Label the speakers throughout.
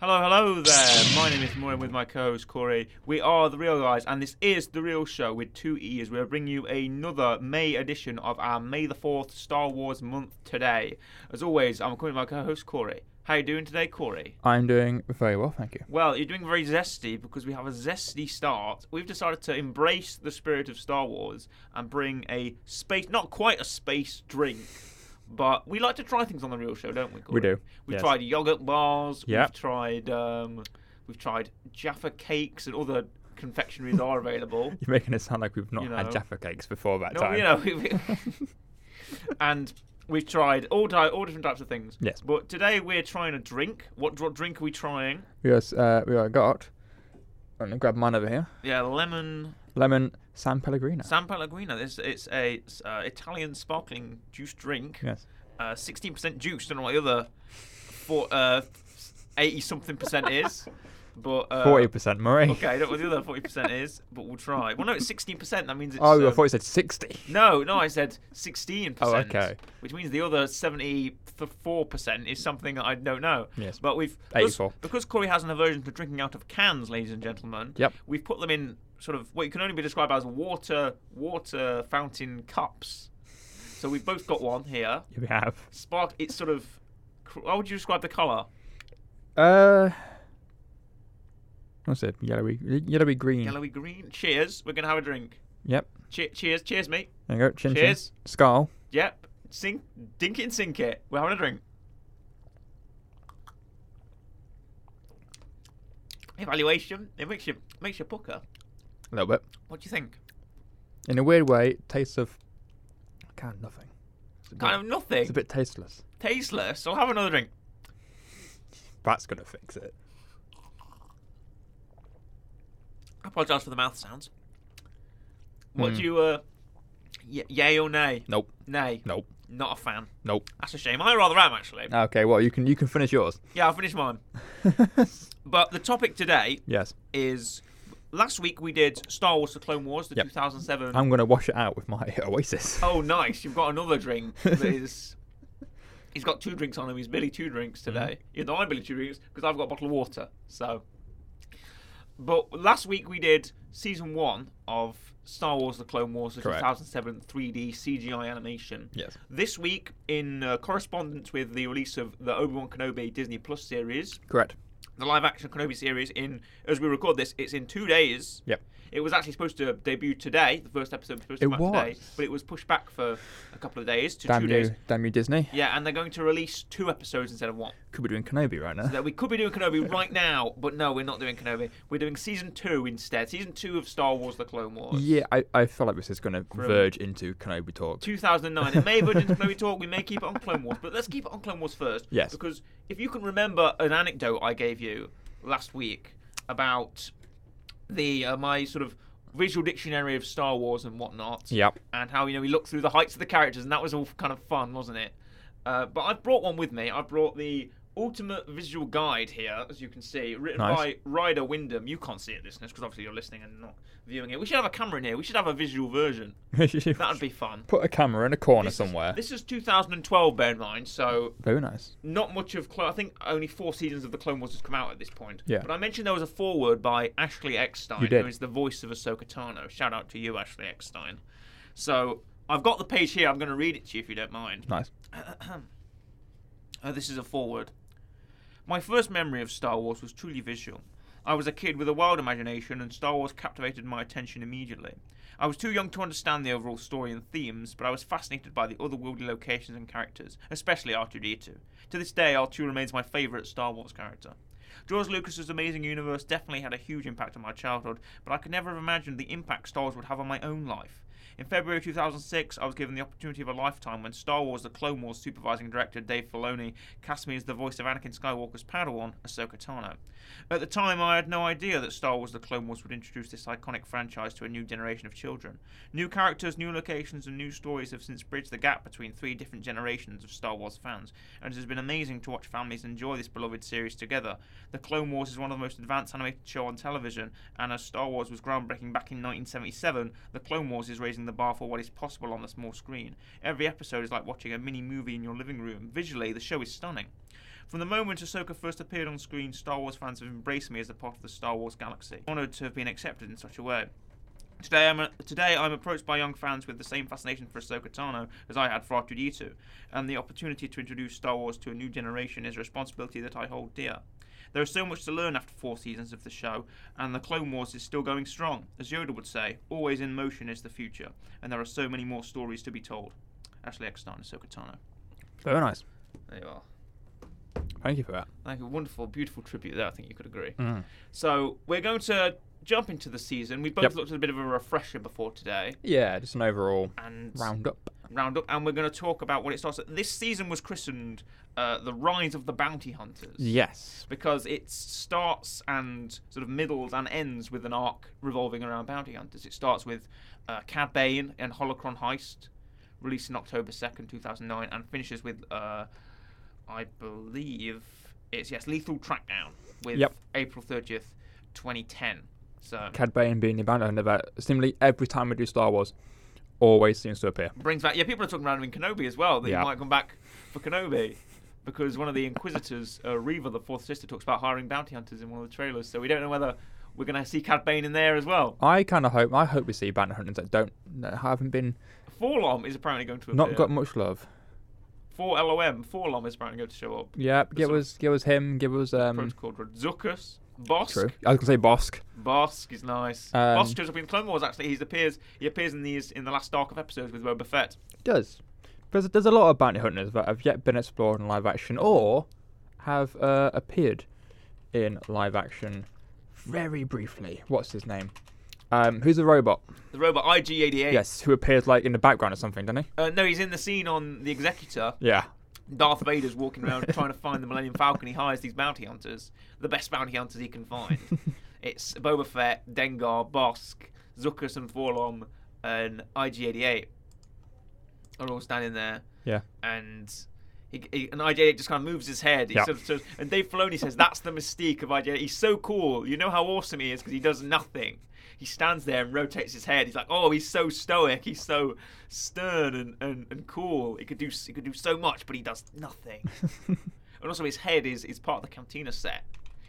Speaker 1: Hello, hello there. My name is Moran with my co host Corey. We are The Real Guys, and this is The Real Show with two E's. We're bringing you another May edition of our May the 4th Star Wars month today. As always, I'm accompanied by my co host Corey. How you doing today, Corey?
Speaker 2: I'm doing very well, thank you.
Speaker 1: Well, you're doing very zesty because we have a zesty start. We've decided to embrace the spirit of Star Wars and bring a space, not quite a space drink, but we like to try things on the real show, don't we? Corey?
Speaker 2: We do.
Speaker 1: We've
Speaker 3: Yes.
Speaker 1: tried yogurt bars.
Speaker 2: Yep.
Speaker 1: We've tried um, we've tried Jaffa cakes and other confectionaries are available.
Speaker 2: You're making it sound like we've not
Speaker 1: You know.
Speaker 2: had Jaffa cakes before that
Speaker 1: No,
Speaker 2: time.
Speaker 1: you know, we- and we've tried all di- all different types of things.
Speaker 2: Yes.
Speaker 1: But today we're trying a drink. What dr- drink are we trying?
Speaker 2: We has, uh, we are got. I'm gonna grab mine over here.
Speaker 1: Yeah, lemon
Speaker 2: Lemon San Pellegrino.
Speaker 1: San Pellegrino. This it's a it's, uh, Italian sparkling juice drink. Uh,
Speaker 2: yes.
Speaker 1: Sixteen percent juice. Don't know what the other four uh, eighty something percent is, but uh,
Speaker 2: Forty percent Murray.
Speaker 1: Okay, I don't know what the other forty percent is, but we'll try. Well, no, it's sixteen percent. That means it's.
Speaker 2: Oh, I
Speaker 1: um,
Speaker 2: thought you said sixty.
Speaker 1: No, no, I said sixteen percent.
Speaker 2: Oh, okay.
Speaker 1: Which means the other seventy-four percent is something that I don't know.
Speaker 2: Yes.
Speaker 1: But we've because-
Speaker 2: 84.
Speaker 1: because Corey has an aversion to drinking out of cans, ladies and gentlemen.
Speaker 2: Yep.
Speaker 1: We've put them in sort of what can only be described as water water fountain cups. So we've both got one here.
Speaker 2: We have.
Speaker 1: Spark. It's sort of. cr- How would you describe the colour?
Speaker 2: Uh. What's it? Yellowy, yellowy green.
Speaker 1: Yellowy green. Cheers. We're gonna have a drink.
Speaker 2: Yep.
Speaker 1: Che- cheers. Cheers, mate.
Speaker 2: There you go. Chin
Speaker 1: Cheers.
Speaker 2: chin. Skull.
Speaker 1: Yep. Sink, dink it and sink it. We're having a drink. Evaluation. It makes you makes you pucker.
Speaker 2: A little bit.
Speaker 1: What do you think?
Speaker 2: In a weird way, it tastes of kind of nothing. It's a bit-
Speaker 1: Kind of nothing.
Speaker 2: It's a bit tasteless.
Speaker 1: Tasteless. I'll have another drink.
Speaker 2: That's gonna fix it.
Speaker 1: I apologise for the mouth sounds. What
Speaker 2: Hmm.
Speaker 1: do you uh? Y- yay or nay?
Speaker 2: Nope.
Speaker 1: Nay.
Speaker 2: Nope.
Speaker 1: Not a fan.
Speaker 2: Nope.
Speaker 1: That's a shame. I rather am actually.
Speaker 2: Okay. Well, you can you can finish yours.
Speaker 1: Yeah, I'll finish mine. But the topic today
Speaker 2: yes.
Speaker 1: is. Last week we did Star Wars: The Clone Wars, the
Speaker 2: Yep.
Speaker 1: 2007
Speaker 2: I'm gonna wash it out with my Oasis.
Speaker 1: Oh, nice! You've got another drink. That is, he's got two drinks on him. He's Billy two drinks today. You know, I'm Billy two drinks because I've got a bottle of water. So, but last week we did season one of Star Wars: The Clone Wars, the
Speaker 2: Correct.
Speaker 1: 2007 3D CGI animation.
Speaker 2: Yes.
Speaker 1: This week, in uh, correspondence with the release of the Obi Wan Kenobi Disney Plus series,
Speaker 2: Correct.
Speaker 1: the live-action Kenobi series, in as we record this, it's in two days.
Speaker 2: Yep.
Speaker 1: It was actually supposed to debut today. The first episode was supposed to
Speaker 2: It
Speaker 1: come out today,
Speaker 2: was.
Speaker 1: but it was pushed back for a couple of days to
Speaker 2: Damn
Speaker 1: two
Speaker 2: you,
Speaker 1: days.
Speaker 2: damn you, Disney.
Speaker 1: Yeah, and they're going to release two episodes instead of one.
Speaker 2: Could be doing Kenobi right now.
Speaker 1: That we could be doing Kenobi right now, but no, we're not doing Kenobi. We're doing season two instead. Season two of Star Wars: The Clone Wars.
Speaker 2: Yeah, I, I feel like this is going to
Speaker 1: Brilliant.
Speaker 2: verge into Kenobi talk.
Speaker 1: 2009. It may verge into Kenobi talk. We may keep it on Clone Wars, but let's keep it on Clone Wars first.
Speaker 2: Yes.
Speaker 1: Because if you can remember an anecdote I gave you last week about the uh, my sort of visual dictionary of Star Wars and whatnot.
Speaker 2: Yep.
Speaker 1: and how you know we looked through the heights of the characters, and that was all kind of fun, wasn't it? Uh, but I've brought one with me. I brought the ultimate visual guide here, as you can see, written
Speaker 2: Nice.
Speaker 1: by Ryder Wyndham. You can't see it, listeners, because obviously you're listening and not viewing it. We should have a camera in here. We should have a visual version. That'd be fun.
Speaker 2: Put a camera in a corner
Speaker 1: This is-
Speaker 2: somewhere.
Speaker 1: This is 2012, bear in mind, so
Speaker 2: Very nice.
Speaker 1: not much of Clone. I think only four seasons of the Clone Wars has come out at this point.
Speaker 2: Yeah.
Speaker 1: But I mentioned there was a foreword by Ashley Eckstein,
Speaker 2: You did.
Speaker 1: who is the voice of Ahsoka Tano. Shout out to you, Ashley Eckstein. So I've got the page here. I'm going to read it to you if you don't mind.
Speaker 2: Nice.
Speaker 1: Uh, this is a foreword. My first memory of Star Wars was truly visual. I was a kid with a wild imagination, and Star Wars captivated my attention immediately. I was too young to understand the overall story and themes, but I was fascinated by the otherworldly locations and characters, especially R2D2. To this day, R2 remains my favourite Star Wars character. George Lucas's amazing universe definitely had a huge impact on my childhood, but I could never have imagined the impact Star Wars would have on my own life. In February 2006, I was given the opportunity of a lifetime when Star Wars The Clone Wars supervising director Dave Filoni cast me as the voice of Anakin Skywalker's Padawan, Ahsoka Tano. At the time, I had no idea that Star Wars The Clone Wars would introduce this iconic franchise to a new generation of children. New characters, new locations, and new stories have since bridged the gap between three different generations of Star Wars fans, and it has been amazing to watch families enjoy this beloved series together. The Clone Wars is one of the most advanced animated show on television, and as Star Wars was groundbreaking back in 1977, The Clone Wars is raising the bar for what is possible on the small screen. Every episode is like watching a mini movie in your living room. Visually, the show is stunning. From the moment Ahsoka first appeared on screen, Star Wars fans have embraced me as a part of the Star Wars galaxy. Honoured to have been accepted in such a way. Today I'm, today I'm approached by young fans with the same fascination for Ahsoka Tano as I had for R2-D2, and the opportunity to introduce Star Wars to a new generation is a responsibility that I hold dear. There is so much to learn after four seasons of the show, and the Clone Wars is still going strong. As Yoda would say, always in motion is the future, and there are so many more stories to be told. Ashley Eckstein and Ahsoka Tano.
Speaker 2: Very nice.
Speaker 1: There you are.
Speaker 2: Thank you for that.
Speaker 1: Thank you. Wonderful, beautiful tribute there. I think you could agree.
Speaker 2: Mm.
Speaker 1: So we're going to jump into the season. We both
Speaker 2: Yep.
Speaker 1: looked at a bit of a refresher before today,
Speaker 2: Yeah, just an overall
Speaker 1: and
Speaker 2: roundup.
Speaker 1: round up, and we're going to talk about what it starts. At. This season was christened uh, "The Rise of the Bounty Hunters"
Speaker 2: Yes.
Speaker 1: because it starts and sort of middles and ends with an arc revolving around bounty hunters. It starts with uh, Cad Bane and Holocron Heist, released in October second, two thousand nine, and finishes with, uh, I believe it's yes, Lethal Trackdown with
Speaker 2: Yep.
Speaker 1: April thirtieth, twenty ten. So
Speaker 2: Cad Bane being the bounty hunter that seemingly every time we do Star Wars always seems to appear.
Speaker 1: brings back. Yeah, people are talking about him in Kenobi as well. That
Speaker 2: Yeah.
Speaker 1: he might come back for Kenobi because one of the Inquisitors, uh, Reva, the Fourth Sister, talks about hiring bounty hunters in one of the trailers. So we don't know whether we're going to see Cad Bane in there as well.
Speaker 2: I kind of hope I hope we see bounty hunters that don't that haven't been
Speaker 1: Forlom is apparently going to appear.
Speaker 2: not got much love.
Speaker 1: Four LOM. Forlom is apparently going to show up.
Speaker 2: Yep, give
Speaker 1: sort of-
Speaker 2: us give us him, give us um
Speaker 1: Protocol Droid. Zuckus. Bosk.
Speaker 2: True. I was gonna say Bosk.
Speaker 1: Bosk is nice.
Speaker 2: Um,
Speaker 1: Bosk shows up in Clone Wars. Actually, he appears. He appears in these in the last arc of episodes with Boba Fett.
Speaker 2: does. There's, there's a lot of bounty hunters that have yet been explored in live action or have uh, appeared in live action very briefly. What's his name? Um, who's the robot?
Speaker 1: The robot IG88.
Speaker 2: Yes, who appears like in the background or something, doesn't he?
Speaker 1: Uh, no, he's in the scene on the Executor.
Speaker 2: Yeah.
Speaker 1: Darth Vader's walking around trying to find the Millennium Falcon. He hires these bounty hunters, the best bounty hunters he can find. it's Boba Fett, Dengar, Bosk, Zuckus, and Forlom, and IG88 are all standing there.
Speaker 2: Yeah.
Speaker 1: And he, he, and IG88 just kind of moves his head. He
Speaker 2: Yeah.
Speaker 1: sort of, sort of- and Dave Filoni says that's the mystique of IG88. He's so cool. You know how awesome he is because he does nothing. He stands there and rotates his head. He's like, oh, he's so stoic. He's so stern and, and, and cool. He could do s- he could do so much, but he does nothing. and also, his head is is part of the cantina set.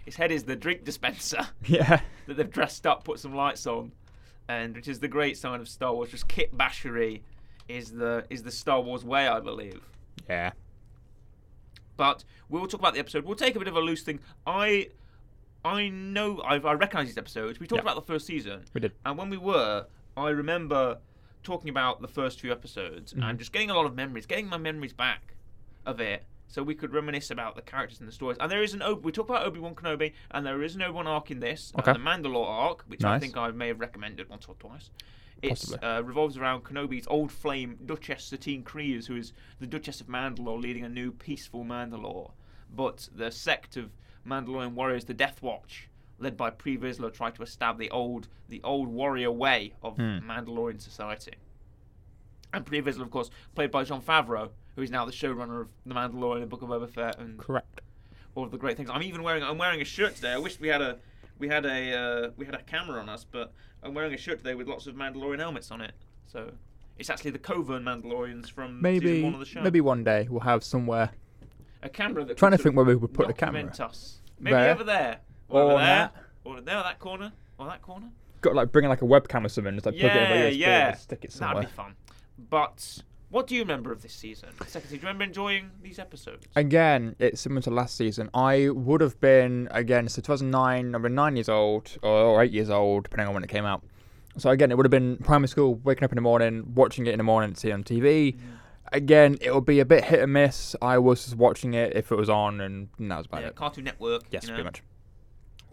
Speaker 1: His head is the drink dispenser
Speaker 2: yeah.
Speaker 1: that they've dressed up, put some lights on, and which is the great sign of Star Wars. Just kit bashery is the is the Star Wars way, I believe.
Speaker 2: Yeah.
Speaker 1: But we'll talk about the episode. We'll take a bit of a loose thing. I I know I've, I recognise these episodes. We talked
Speaker 2: Yeah.
Speaker 1: about the first season,
Speaker 2: We did.
Speaker 1: and when we were, I remember talking about the first few episodes
Speaker 2: Mm-hmm.
Speaker 1: and just getting a lot of memories, getting my memories back of it. So we could reminisce about the characters and the stories, and there is an Ob- we talked about Obi Wan Kenobi, and there is an Obi Wan arc in this, uh,
Speaker 2: Okay.
Speaker 1: the Mandalore arc, which I
Speaker 2: Nice.
Speaker 1: think I may have recommended once or twice. It
Speaker 2: Possibly.
Speaker 1: uh, revolves around Kenobi's old flame Duchess Satine Kryas, who is the Duchess of Mandalore, leading a new peaceful Mandalore. But the sect of Mandalorian warriors, the Death Watch, led by Pre Vizsla, try to establish the old the old warrior way of
Speaker 2: Hmm.
Speaker 1: Mandalorian society. And Pre Vizsla, of course, played by John Favreau, who is now the showrunner of The Mandalorian, The Book of Boba Fett, and
Speaker 2: Correct.
Speaker 1: all of the great things. I'm even wearing I'm wearing a shirt today. I wish we had a we had a uh, we had a camera on us, but I'm wearing a shirt today with lots of Mandalorian helmets on it. So it's actually the Covern Mandalorians from season
Speaker 2: Maybe
Speaker 1: one of the show.
Speaker 2: maybe one day we'll have somewhere
Speaker 1: a camera that
Speaker 2: trying to
Speaker 1: could sort
Speaker 2: think where we would put
Speaker 1: of
Speaker 2: the camera.
Speaker 1: document Us. Maybe
Speaker 2: There.
Speaker 1: over there, or,
Speaker 2: Or
Speaker 1: over there,
Speaker 2: that.
Speaker 1: or there, that corner, or that corner.
Speaker 2: Got like bringing like a webcam or something, just like plug it in
Speaker 1: yeah,
Speaker 2: where USB
Speaker 1: yeah,
Speaker 2: and stick it
Speaker 1: that'd
Speaker 2: somewhere.
Speaker 1: be fun. But what do you remember of this season? Second, do you remember enjoying these episodes?
Speaker 2: Again, it's similar to last season. I would have been again, so 2009. I've been nine years old or, or eight years old, depending on when it came out. So again, it would have been primary school, waking up in the morning, watching it in the morning, see it on TV.
Speaker 1: Mm.
Speaker 2: Again, it would be a bit hit and miss. I was just watching it if it was on, and that was about
Speaker 1: yeah,
Speaker 2: it.
Speaker 1: Cartoon Network.
Speaker 2: Yes,
Speaker 1: you know,
Speaker 2: pretty much.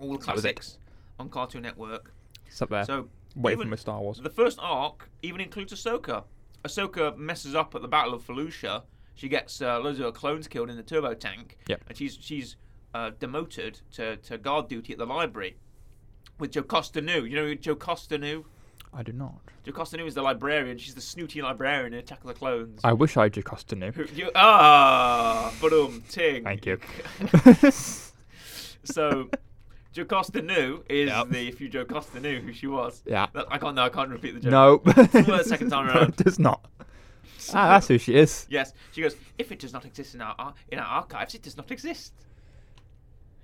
Speaker 1: All the
Speaker 2: was it.
Speaker 1: classics on Cartoon Network.
Speaker 2: It's up there.
Speaker 1: So
Speaker 2: Waiting
Speaker 1: even-
Speaker 2: for my Star Wars.
Speaker 1: The first arc even includes Ahsoka. Ahsoka messes up at the Battle of Felucia. She gets uh, loads of her clones killed in the turbo tank,
Speaker 2: Yep.
Speaker 1: and she's she's uh, demoted to, to guard duty at the library with Jocasta New. You know who Jocasta New?
Speaker 2: I do not.
Speaker 1: Jocasta New is the librarian. She's the snooty librarian in Attack of the Clones.
Speaker 2: I wish I Jocasta knew.
Speaker 1: Who- you- ah, boom, ting.
Speaker 2: Thank you.
Speaker 1: So, Jocasta New is
Speaker 2: Yep.
Speaker 1: the if you Jocasta knew who she was.
Speaker 2: yeah.
Speaker 1: I can't. No, I can't repeat the joke.
Speaker 2: No.
Speaker 1: the second time
Speaker 2: No,
Speaker 1: around.
Speaker 2: It does not. Ah, that's who she is.
Speaker 1: Yes. She goes, if it does not exist in our ar- in our archives, it does not exist.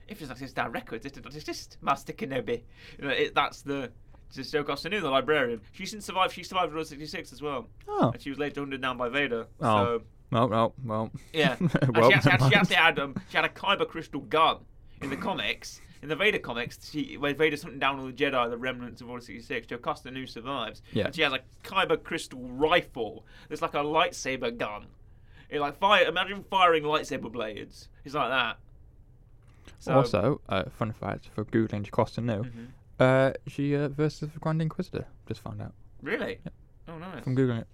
Speaker 1: If it does not exist in our records, it does not exist, Master Kenobi. You know, it, that's the just Joe Costanza, the librarian. She didn't survive. She survived Order 66 as well.
Speaker 2: Oh.
Speaker 1: And she was later hunted down by Vader.
Speaker 2: Oh.
Speaker 1: So,
Speaker 2: No, no, well.
Speaker 1: yeah. And
Speaker 2: Well,
Speaker 1: she, actually,
Speaker 2: never
Speaker 1: she
Speaker 2: mind.
Speaker 1: actually had, um, she had a kyber crystal gun in the comics. In the Vader comics, she, when Vader's hunting down all the Jedi, the remnants of Order 66, Joe Costanza survives.
Speaker 2: Yeah.
Speaker 1: And she has a kyber crystal rifle. It's like a lightsaber gun. It like fire. Imagine firing lightsaber blades. It's like that. So,
Speaker 2: also, uh, fun fact for googling Jocasta New,
Speaker 1: Mhm.
Speaker 2: uh, she uh, versus the Grand Inquisitor. Just found out
Speaker 1: Really? Oh, nice.
Speaker 2: from googling it.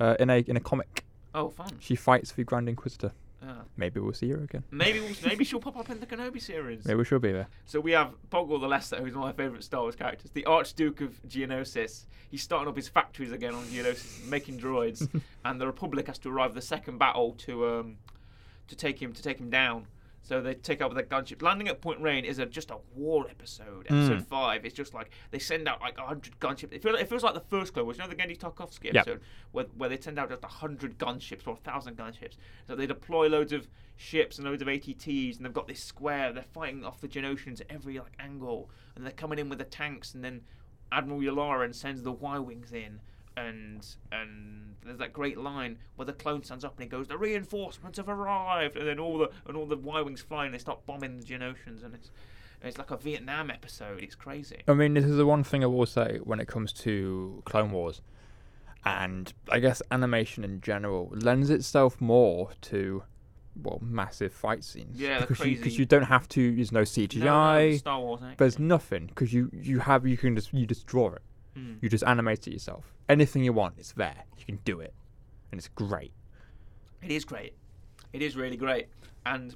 Speaker 2: Uh, in a in a comic,
Speaker 1: Oh, fun.
Speaker 2: she fights the Grand Inquisitor.
Speaker 1: Yeah.
Speaker 2: Maybe we'll see her again.
Speaker 1: Maybe we'll, maybe she'll pop up in the Kenobi series.
Speaker 2: Maybe she'll be there.
Speaker 1: So we have Poggle the Lesser, who's one of my favourite Star Wars characters, the Archduke of Geonosis. He's starting up his factories again on Geonosis, making droids, and the Republic has to arrive the second battle to um, to take him to take him down. So they take out their gunship. Landing at Point Rain is a, just a war episode. Episode
Speaker 2: Mm.
Speaker 1: five. It's just like they send out like hundred gunships. It feels, it feels like the first Clone Wars. You know the Genndy Tarkovsky
Speaker 2: Yep.
Speaker 1: episode where, where they send out just hundred gunships or thousand gunships. So they deploy loads of ships and loads of ATTs, and they've got this square. They're fighting off the Genosians at every like angle, and they're coming in with the tanks. And then Admiral Yularen sends the Y wings in, and and there's that great line where the clone stands up and he goes, "The reinforcements have arrived!" And then all the and all the Y wings fly and they start bombing the Genosians, and it's it's like a Vietnam episode. It's crazy.
Speaker 2: I mean, this is the one thing I will say when it comes to Clone Wars, and I guess animation in general lends itself more to well massive fight scenes.
Speaker 1: Yeah, they're
Speaker 2: because you, 'cause
Speaker 1: crazy.
Speaker 2: you don't have to. There's no CGI.
Speaker 1: No, no, Star Wars. eh? ain't
Speaker 2: There's nothing because you you have you can just you just draw it.
Speaker 1: Mm.
Speaker 2: You just animate it yourself. Anything you want, it's there. You can do it, and it's great.
Speaker 1: It is great. It is really great. And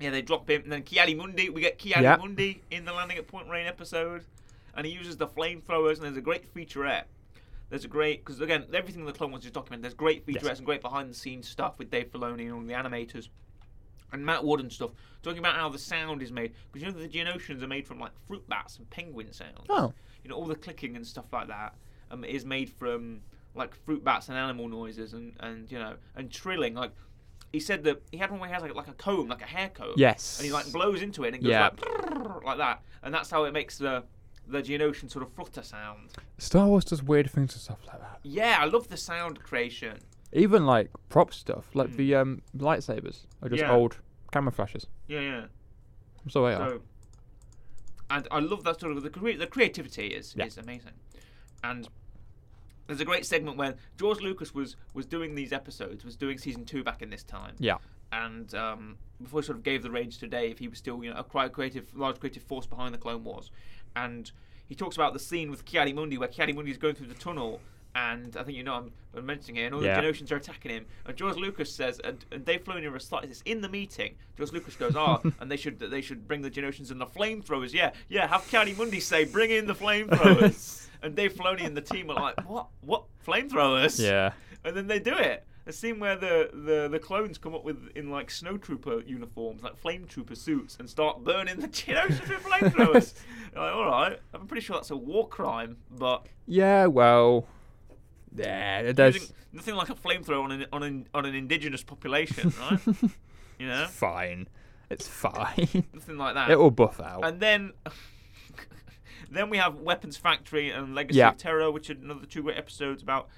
Speaker 1: yeah, they drop him. And then Kiali Mundi, we get Kiali
Speaker 2: Yeah.
Speaker 1: Mundi in the Landing at Point Rain episode. And he uses the flamethrowers, and there's a great featurette. There's a great, because again, everything in the Clone Wars is documented. There's great featurettes and great behind the scenes stuff with Dave Filoni and all the animators and Matt Wood and stuff, talking about how the sound is made. Because you know, the Geonosians are made from like fruit bats and penguin sounds
Speaker 2: Oh,
Speaker 1: you know all the clicking and stuff like that um, is made from like fruit bats and animal noises and, and you know and trilling like he said that he had one where he has like, like a comb like a hair comb
Speaker 2: yes.
Speaker 1: and he like blows into it and it goes
Speaker 2: Yeah.
Speaker 1: like, like that and that's how it makes the the Geonosian sort of flutter sound
Speaker 2: Star Wars does weird things and stuff like that.
Speaker 1: yeah I love the sound creation
Speaker 2: Even like prop stuff, like
Speaker 1: Mm.
Speaker 2: the um lightsabers are just
Speaker 1: Yeah.
Speaker 2: old camera flashes.
Speaker 1: yeah yeah
Speaker 2: So they are.
Speaker 1: So, and I love that sort of the cre- the creativity is
Speaker 2: Yeah.
Speaker 1: is amazing, and there's a great segment when George Lucas was was doing these episodes, was doing season two back in this time,
Speaker 2: Yeah.
Speaker 1: and um, before he sort of gave the range today, if he was still you know a quite creative, large creative force behind the Clone Wars, and he talks about the scene with Kiadi Mundi where Kiadi Mundi is going through the tunnel. And I think you know I'm, I'm mentioning it, and all
Speaker 2: Yeah.
Speaker 1: the Genosians are attacking him. And George Lucas says, and, and Dave Filoni recites this in the meeting. George Lucas goes, "Ah, and they should they should bring the Genosians and the flamethrowers. Yeah, yeah. Have Kiadi Mundi say, bring in the flamethrowers." and Dave Filoni and the team are like, "What? What flamethrowers?"
Speaker 2: Yeah.
Speaker 1: and then they do it. The scene where the, the, the clones come up with in like snowtrooper uniforms, like flame trooper suits, and start burning the Geonosians with flamethrowers. You're like, all right, I'm pretty sure that's a war crime, but
Speaker 2: Yeah. Well. Yeah. There's
Speaker 1: using nothing like a flamethrower on an on an, on an indigenous population, right? you know,
Speaker 2: fine. It's fine.
Speaker 1: nothing like that.
Speaker 2: it will buff out.
Speaker 1: And then, then we have Weapons Factory and Legacy
Speaker 2: Yeah.
Speaker 1: of Terror, which are another two great episodes about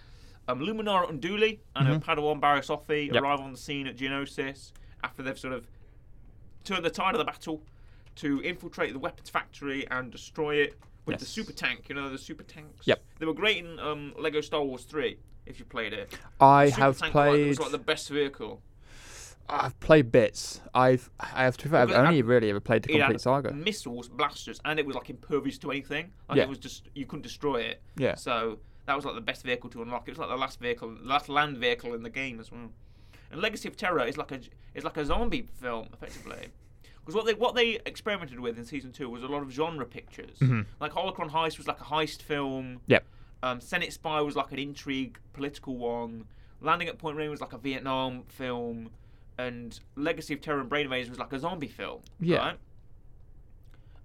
Speaker 1: um, Luminara Unduli and her Padawan Barisoffi
Speaker 2: Mm-hmm. Yep.
Speaker 1: arrive on the scene at Geonosis after they've sort of turned the tide of the battle to infiltrate the weapons factory and destroy it with the
Speaker 2: Yes.
Speaker 1: super tank. You know the super tanks.
Speaker 2: Yep.
Speaker 1: They were great in um, Lego Star Wars Three. If you played it,
Speaker 2: I
Speaker 1: Super
Speaker 2: have
Speaker 1: tank was like- It was
Speaker 2: played.
Speaker 1: like the best vehicle.
Speaker 2: I've played bits. I've I have to. be fair, I've
Speaker 1: Because I-
Speaker 2: only really ever played the
Speaker 1: it
Speaker 2: complete
Speaker 1: had
Speaker 2: saga.
Speaker 1: missiles, blasters, and it was like impervious to anything. Like
Speaker 2: Yeah.
Speaker 1: it was just you couldn't destroy it.
Speaker 2: Yeah.
Speaker 1: So that was like the best vehicle to unlock. It was like the last vehicle, last land vehicle in the game as well. And Legacy of Terror is like a is like a zombie film effectively. Because what they what they experimented with in season two was a lot of genre pictures.
Speaker 2: Mm-hmm.
Speaker 1: Like Holocron Heist was like a heist film.
Speaker 2: Yep.
Speaker 1: Um, Senate Spy was like an intrigue political one. Landing at Point Rain was like a Vietnam film, and Legacy of Terror and Brain Maze was like a zombie film.
Speaker 2: Yeah.
Speaker 1: Right?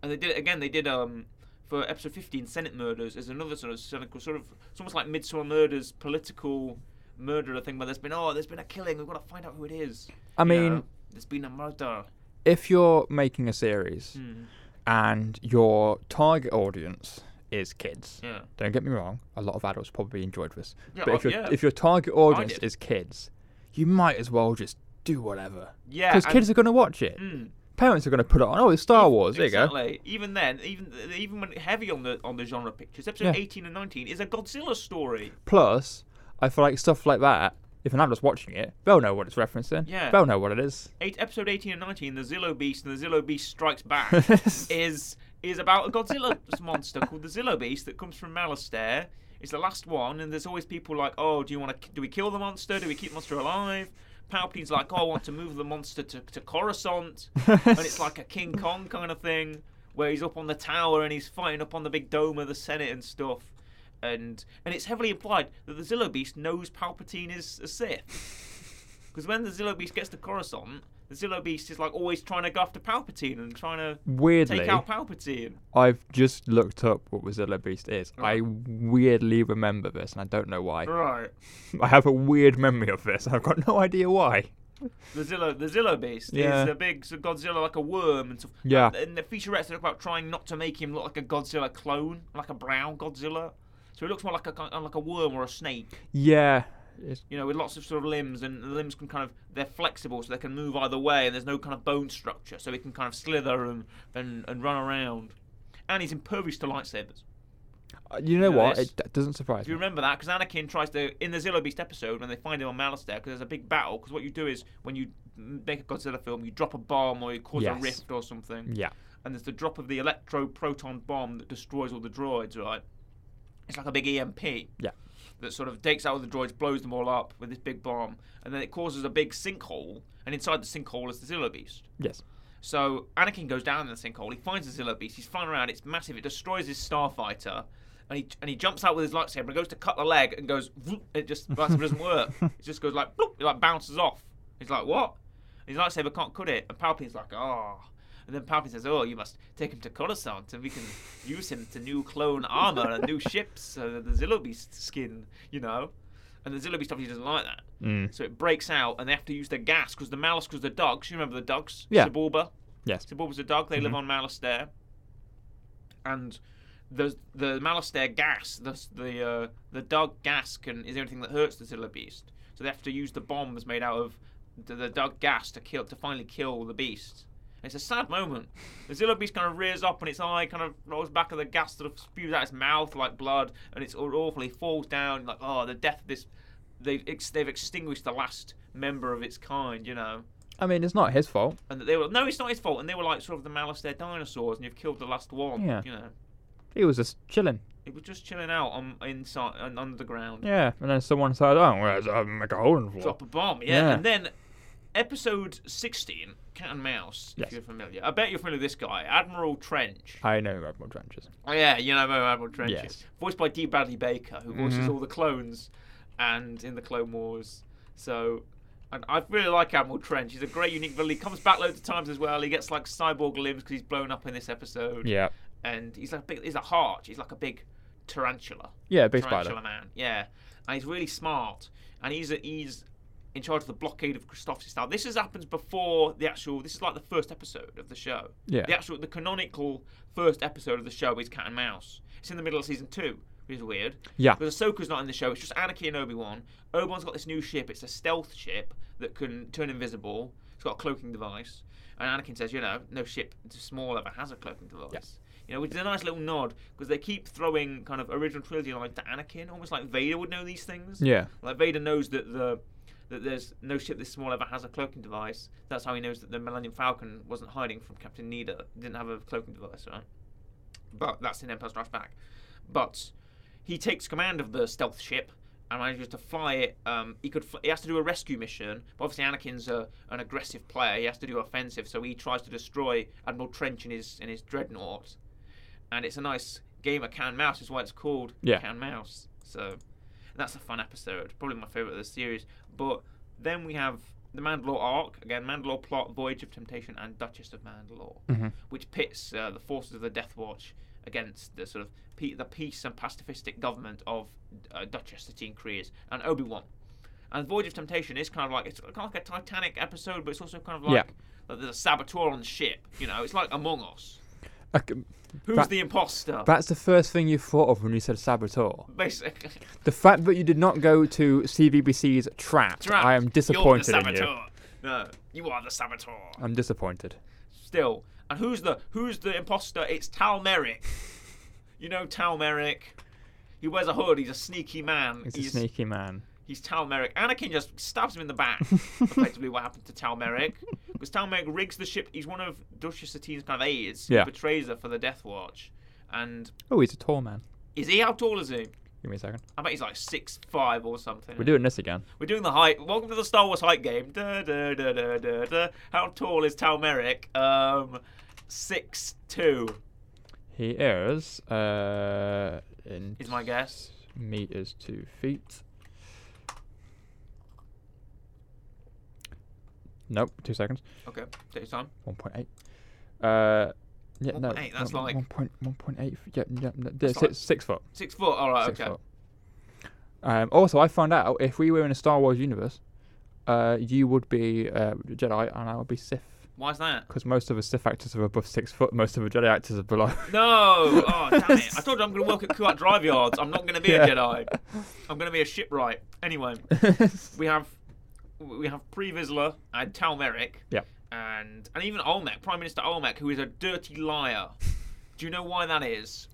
Speaker 1: And they did it again. They did um for episode fifteen, Senate Murders is another sort of cynical sort of it's almost like Midsummer Murders political murderer thing where there's been oh there's been a killing we've got to find out who it is.
Speaker 2: I
Speaker 1: You
Speaker 2: mean,
Speaker 1: know, there's been a murder.
Speaker 2: if you're making a series
Speaker 1: Hmm.
Speaker 2: and your target audience is kids,
Speaker 1: Yeah.
Speaker 2: don't get me wrong, a lot of adults probably enjoyed this.
Speaker 1: Yeah,
Speaker 2: but if,
Speaker 1: uh,
Speaker 2: your
Speaker 1: yeah.
Speaker 2: if your target audience
Speaker 1: did.
Speaker 2: is kids, you might as well just do whatever.
Speaker 1: Yeah.
Speaker 2: Because
Speaker 1: and-
Speaker 2: kids are going to watch it.
Speaker 1: Mm.
Speaker 2: Parents are going to put it on. Oh, it's Star Wars. There you go.
Speaker 1: exactly. Even then, even even when heavy on the on the genre pictures, episode
Speaker 2: Yeah.
Speaker 1: eighteen and nineteen is a Godzilla story.
Speaker 2: Plus, I feel like stuff like that, if an adult's watching it, they'll know what it's referencing.
Speaker 1: Yeah.
Speaker 2: They'll know what it is.
Speaker 1: Eight, episode eighteen and nineteen, the Zillo Beast and the Zillo Beast Strikes Back is is about a Godzilla monster called the Zillo Beast that comes from Malastare. It's the last one, and there's always people like, oh, do you want to? Do we kill the monster? Do we keep the monster alive? Palpatine's like, oh, I want to move the monster to, to Coruscant, and it's like a King Kong kind of thing where he's up on the tower and he's fighting up on the big dome of the Senate and stuff. And and it's heavily implied that the Zillo Beast knows Palpatine is a Sith. Because when the Zillo Beast gets to Coruscant, the Zillo Beast is like always trying to go after Palpatine and trying to
Speaker 2: Weirdly,
Speaker 1: take out Palpatine.
Speaker 2: I've just looked up what Wazilla Beast is. I
Speaker 1: Right.
Speaker 2: weirdly remember this, and I don't know why.
Speaker 1: Right.
Speaker 2: I have a weird memory of this, and I've got no idea why.
Speaker 1: The Zillo, the Zillo Beast
Speaker 2: Yeah.
Speaker 1: is a big so Godzilla like a worm and stuff.
Speaker 2: Yeah.
Speaker 1: And, and the featurettes talk about trying not to make him look like a Godzilla clone, like a brown Godzilla. So he looks more like a kind- like a worm or a snake,
Speaker 2: Yeah. It's,
Speaker 1: you know, with lots of sort of limbs and the limbs can kind of they're flexible, so they can move either way, and there's no kind of bone structure, so he can kind of slither and and, and run around. And he's impervious to lightsabers.
Speaker 2: uh, you know
Speaker 1: know
Speaker 2: what?
Speaker 1: this?
Speaker 2: It d- doesn't surprise
Speaker 1: Do you
Speaker 2: me.
Speaker 1: remember that? Because Anakin tries to in the Zillo Beast episode when they find him on Malastare, because there's a big battle. Because what you do is when you make a Godzilla film, you drop a bomb or you cause a
Speaker 2: Yes.
Speaker 1: rift or something,
Speaker 2: Yeah.
Speaker 1: and there's the drop of the electro proton bomb that destroys all the droids. Right? It's like a big EMP.
Speaker 2: Yeah.
Speaker 1: That sort of takes out all the droids, blows them all up with this big bomb, and then it causes a big sinkhole. And inside the sinkhole is the Zillo Beast.
Speaker 2: Yes.
Speaker 1: So Anakin goes down in the sinkhole. He finds the Zillo Beast. He's flying around. It's massive. It destroys his starfighter, and he and he jumps out with his lightsaber. and goes to cut the leg and goes. "Vroom." It just the lightsaber doesn't work. It just goes like bloop. It like bounces off. He's like what? And his lightsaber can't cut it. And Palpatine's like oh. And then Palpatine says, "Oh, you must take him to Coruscant, and we can use him to new clone armor and new ships, uh, the Zillo Beast skin, you know." And the Zillo Beast obviously doesn't like that.
Speaker 2: Mm.
Speaker 1: So it breaks out, and they have to use the gas because the malice, because the dogs. You remember the dogs?
Speaker 2: Yeah.
Speaker 1: Sebulba.
Speaker 2: Yes.
Speaker 1: Sebulba's a dog. They live on Malastare, and the the Malastare gas, the the uh, the dog gas can is the only thing that hurts the Zilla beast. So they have to use the bombs made out of the, the dog gas to kill to finally kill the beast. And it's a sad moment. The Zilla beast kind of rears up and its eye kind of rolls back, and the gas sort of spews out its mouth like blood, and it's all awful. He falls down like oh the death of this. They've ex- they've extinguished the last member of its kind, you know
Speaker 2: I mean, it's not his fault.
Speaker 1: and that they were no, it's not his fault. And they were like sort of the Malastare dinosaurs, and you've killed the last one.
Speaker 2: Yeah.
Speaker 1: You know,
Speaker 2: He was just chilling.
Speaker 1: it was just chilling out on inside and underground.
Speaker 2: Yeah. And then someone said, "Oh, well, it's, uh, make a hole in the floor."
Speaker 1: Drop a bomb, yeah.
Speaker 2: Yeah.
Speaker 1: And then episode sixteen, Cat and Mouse. If
Speaker 2: Yes.
Speaker 1: you're familiar, I bet you're familiar with this guy, Admiral Trench.
Speaker 2: I know Admiral Trenches.
Speaker 1: Oh yeah, you know about Admiral Trench. is.
Speaker 2: Yes.
Speaker 1: Voiced by Dee Bradley Baker, who voices
Speaker 2: Mhm.
Speaker 1: all the clones, and in the Clone Wars. So, and I really like Admiral Trench. He's a great, unique villain. He comes back loads of times as well. He gets like cyborg limbs because he's blown up in this episode.
Speaker 2: Yeah.
Speaker 1: and he's like a big, he's a heart. He's like a big tarantula.
Speaker 2: Yeah. Big
Speaker 1: tarantula
Speaker 2: spider.
Speaker 1: man. Yeah, and he's really smart, and he's a, he's in charge of the blockade of Christophsis. Now this has happens before the actual. This is like the first episode of the show.
Speaker 2: Yeah.
Speaker 1: The actual the canonical first episode of the show is Cat and Mouse. It's in the middle of season two, which is weird.
Speaker 2: Yeah.
Speaker 1: Because Ahsoka's not in the show. It's just Anakin and Obi Wan. Obi Wan's got this new ship. It's a stealth ship that can turn invisible. It's got a cloaking device. And Anakin says, you know, no ship small ever has a cloaking device. You know, which is a nice little nod because they keep throwing kind of original trilogy lines to Anakin, almost like Vader would know these things.
Speaker 2: Yeah.
Speaker 1: Like Vader knows that the that there's no ship this small ever has a cloaking device. That's how he knows that the Millennium Falcon wasn't hiding from Captain Nida. It didn't have a cloaking device, right? But that's in Empire Strikes Back. But he takes command of the stealth ship and manages to fly it. Um, he could. Fl- he has to do a rescue mission, but obviously Anakin's a, an aggressive player. He has to do offensive, so he tries to destroy Admiral Trench in his in his dreadnought. And it's a nice game of cat and mouse, is why it's called
Speaker 2: Yeah.
Speaker 1: cat and mouse. So that's a fun episode, probably my favorite of the series. But then we have the Mandalore arc again, Mandalore plot, Voyage of Temptation, and Duchess of Mandalore
Speaker 2: Mhm.
Speaker 1: which pits uh, the forces of the Death Watch against the sort of pe- the peace and pacifistic government of uh, Duchess Satine Kryas and Obi Wan. And Voyage of Temptation is kind of like it's kind of like a Titanic episode, but it's also kind of like
Speaker 2: Yeah.
Speaker 1: that there's a saboteur on the ship. You know, it's like Among Us.
Speaker 2: Like,
Speaker 1: Who's
Speaker 2: That-
Speaker 1: the imposter?
Speaker 2: that's the first thing you thought of when you said saboteur.
Speaker 1: Basically,
Speaker 2: The fact that you did not go to CVBC's Trapped,
Speaker 1: Trapped.
Speaker 2: I am disappointed
Speaker 1: You're the
Speaker 2: in you.
Speaker 1: saboteur. No, you are the saboteur.
Speaker 2: I'm disappointed.
Speaker 1: Still, and who's the who's the imposter? It's Tal Merrick. You know Tal Merrick. He wears a hood. He's a sneaky man.
Speaker 2: He's, a sneaky man.
Speaker 1: He's Tal Merrick. Anakin just stabs him in the back. effectively, what happened to Tal Merrick? Because Tal Merrick rigs the ship. He's one of Duchess Satine's kind of aides.
Speaker 2: Yeah.
Speaker 1: He betrays her for the Death Watch. And
Speaker 2: Oh, he's a tall man.
Speaker 1: is he? How tall is he?
Speaker 2: Give me a second.
Speaker 1: I bet he's like six five or something.
Speaker 2: We're doing this again.
Speaker 1: We're doing the height. Welcome to the Star Wars height game. Da, da, da, da, da, da. How tall is Tal Merrick? Um, six two
Speaker 2: He is uh in
Speaker 1: is my guess.
Speaker 2: meters to feet. Nope, two seconds.
Speaker 1: Okay, take your time.
Speaker 2: One point eight. Uh, yeah, no.
Speaker 1: 1.8, that's
Speaker 2: one-
Speaker 1: like-
Speaker 2: one point one point eight. f- Yeah, yeah, no, yeah,
Speaker 1: like-
Speaker 2: six, six foot.
Speaker 1: Six foot. All right.
Speaker 2: Six
Speaker 1: okay.
Speaker 2: foot. Um, also, I found out if we were in a Star Wars universe, uh, you would be uh, Jedi and I would be Sith,
Speaker 1: Why is that?
Speaker 2: because most of the Sith actors are above six foot, most of the Jedi actors are below.
Speaker 1: No! Oh, damn it. I told you I'm going to work at Kuat Drive Yards. I'm not going to be a
Speaker 2: Yeah.
Speaker 1: Jedi. I'm going to be a shipwright. Anyway, we have we have Pre Vizsla and Tal Merrick.
Speaker 2: Yep.
Speaker 1: And, and even Olmec, Prime Minister Olmec, who is a dirty liar. Do you know why that is?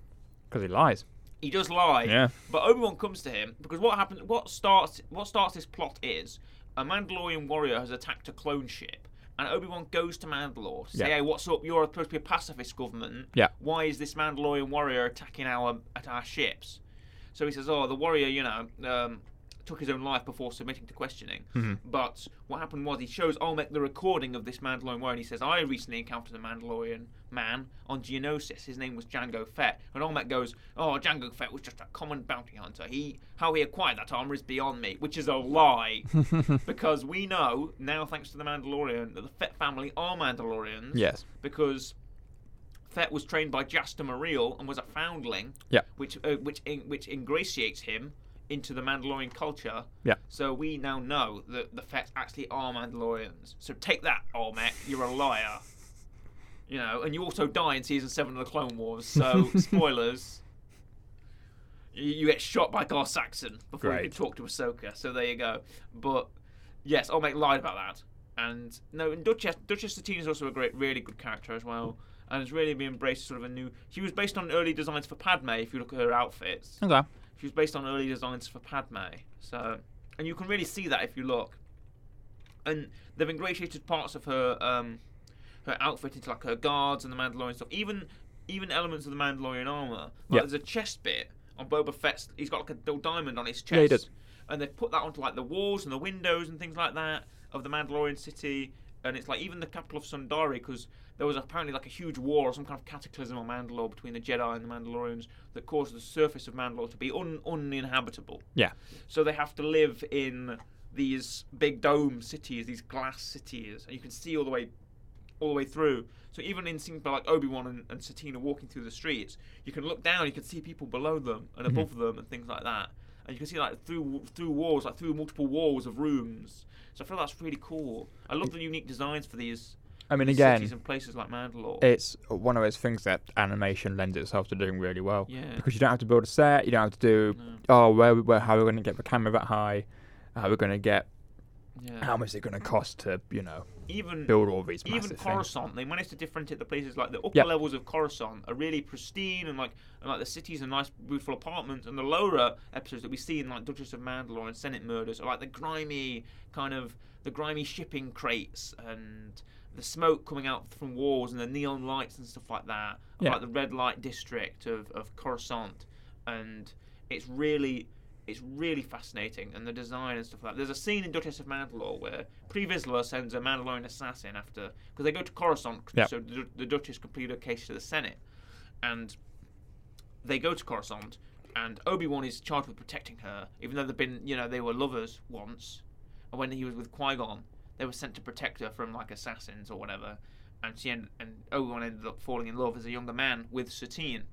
Speaker 2: Because he lies.
Speaker 1: He does lie.
Speaker 2: Yeah.
Speaker 1: But Obi Wan comes to him because what happens? What starts? What starts this plot is a Mandalorian warrior has attacked a clone ship, and Obi Wan goes to Mandalore to say,
Speaker 2: Yeah.
Speaker 1: "Hey, what's up? You're supposed to be a pacifist government.
Speaker 2: Yeah.
Speaker 1: Why is this Mandalorian warrior attacking our at our ships?" So he says, "Oh, the warrior, you know." Um, Took his own life before submitting to questioning. But what happened was he shows Olmec the recording of this Mandalorian warrior. And he says, "I recently encountered a Mandalorian man on Geonosis. His name was Django Fett." And Olmec goes, "Oh, Django Fett was just a common bounty hunter. He how he acquired that armor is beyond me, which is a lie, because we know now, thanks to the Mandalorian, that the Fett family are Mandalorians.
Speaker 2: Yes.
Speaker 1: because." Fett was trained by Jasta Mareel and was a foundling,
Speaker 2: Yeah.
Speaker 1: which uh, which in, which ingratiates him into the Mandalorian culture.
Speaker 2: Yeah.
Speaker 1: So we now know that the Fett actually are Mandalorians. So take that, Olmec. You're a liar. You know, and you also die in season seven of the Clone Wars. So spoilers. You, you get shot by Gar Saxon before you
Speaker 2: Great.
Speaker 1: can talk to Ahsoka. So there you go. But yes, Olmec lied about that. And no, and Duchess Duchess Satine is also a great, really good character as well. And has really been embraced sort of a new. She was based on early designs for Padme. If you look at her outfits,
Speaker 2: Okay.
Speaker 1: she was based on early designs for Padme. So, and you can really see that if you look. And they've ingratiated parts of her um, her outfit into like her guards and the Mandalorian stuff. Even even elements of the Mandalorian armor. Like
Speaker 2: Yeah.
Speaker 1: There's a chest bit on Boba Fett's. He's got like a little diamond on his chest.
Speaker 2: Yeah, he does.
Speaker 1: And they've put that onto like the walls and the windows and things like that of the Mandalorian city. And it's like even the capital of Sundari, because there was apparently like a huge war or some kind of cataclysm on Mandalore between the Jedi and the Mandalorians that caused the surface of Mandalore to be un- uninhabitable.
Speaker 2: Yeah.
Speaker 1: So they have to live in these big dome cities, these glass cities, and you can see all the way all the way through. So even in scenes by like Obi Wan and, and Satine are walking through the streets, you can look down, you can see people below them and above them and things like that. And you can see like through through walls, like through multiple walls of rooms. So I feel that's really cool. I love the unique designs for these
Speaker 2: I mean,
Speaker 1: cities
Speaker 2: again,
Speaker 1: and places like Mandalore.
Speaker 2: it's one of those things that animation lends itself to doing really well.
Speaker 1: Yeah.
Speaker 2: Because you don't have to build a set. You don't have to do,
Speaker 1: No.
Speaker 2: oh, where, where, how we're going to get the camera that high, how we're going to get,
Speaker 1: yeah.
Speaker 2: how much it's going to cost to, you know,
Speaker 1: even
Speaker 2: build all these massive
Speaker 1: even
Speaker 2: things.
Speaker 1: Coruscant, they managed to differentiate the places. Like the upper
Speaker 2: Yep.
Speaker 1: levels of Coruscant are really pristine, and like and like the cities are nice, beautiful apartments. And the lower episodes that we see in like Duchess of Mandalore and Senate Murders are like the grimy kind of the grimy shipping crates and the smoke coming out from walls and the neon lights and stuff like that. of,
Speaker 2: Yeah.
Speaker 1: Like the red light district of of Coruscant, and it's really. It's really fascinating, and the design and stuff like that. There's a scene in Duchess of Mandalore where Pre Vizsla sends a Mandalorian assassin after because they go to Coruscant, c-
Speaker 2: Yep.
Speaker 1: so the, the Duchess completed her case to the Senate, and they go to Coruscant, and Obi Wan is charged with protecting her, even though they've been, you know, they were lovers once, and when he was with Qui Gon, they were sent to protect her from like assassins or whatever, and she ended, and Obi Wan ended up falling in love as a younger man with Satine.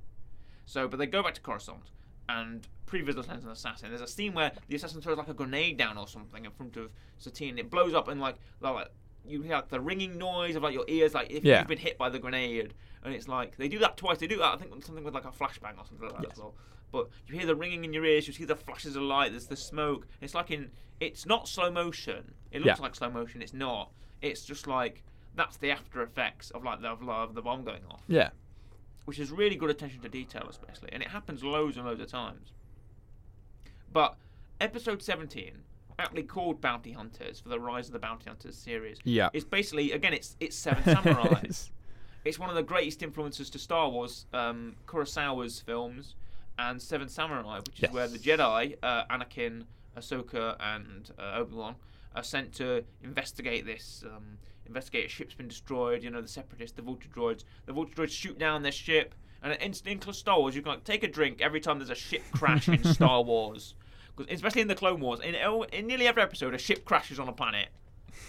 Speaker 1: So, but they go back to Coruscant, and previous Los Angeles Assassin. There's a scene where the assassin throws like a grenade down or something in front of Satine, and it blows up, and like, like you hear like the ringing noise of like your ears, like if
Speaker 2: Yeah.
Speaker 1: you've been hit by the grenade, and it's like they do that twice. They do that, I think, something with like a flashbang or something like that as
Speaker 2: Yes.
Speaker 1: well. But you hear the ringing in your ears, you see the flashes of light, there's the smoke. It's like in, it's not slow motion. It looks
Speaker 2: Yeah.
Speaker 1: like slow motion. It's not. It's just like that's the after effects of like the of love, the bomb going off
Speaker 2: Yeah.
Speaker 1: which is really good attention to detail, especially, and it happens loads and loads of times. But episode 17, aptly called Bounty Hunters for the Rise of the Bounty Hunters series,
Speaker 2: Yeah.
Speaker 1: is basically again it's it's Seven Samurai. it's one of the greatest influences to Star Wars, um, Kurosawa's films, and Seven Samurai, which is
Speaker 2: Yes.
Speaker 1: where the Jedi, uh, Anakin, Ahsoka, and uh, Obi Wan, are sent to investigate this. Um, investigate a ship's been destroyed. You know the Separatists, the Vulture droids. The Vulture droids shoot down their ship, and in, in Star Wars, you can like take a drink every time there's a ship crash in Star Wars. 'Cause especially in the Clone Wars, in, el- in nearly every episode, a ship crashes on a planet.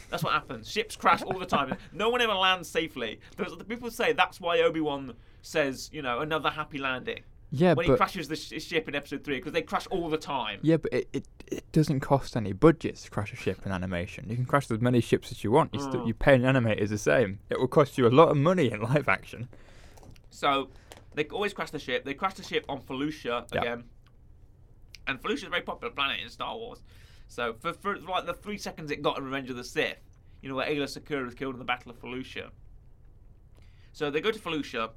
Speaker 1: That's what happens. Ships crash all the time. No one ever lands safely. Those, the people say that's why Obi Wan says, you know, another happy landing
Speaker 2: yeah,
Speaker 1: when he
Speaker 2: but
Speaker 1: crashes the sh- ship in Episode Three because they crash all the time.
Speaker 2: yeah, but it, it, it doesn't cost any budgets to crash a ship in animation. You can crash as many ships as you want. You, still,
Speaker 1: Mm.
Speaker 2: you pay an animator the same. It will cost you a lot of money in live action.
Speaker 1: So they always crash the ship. They crash the ship on Felucia
Speaker 2: Yeah.
Speaker 1: again. And Felucia's a very popular planet in Star Wars. So for, for like the three seconds it got in Revenge of the Sith, you know, where Ayla Secura was killed in the Battle of Felucia. So they go to Felucia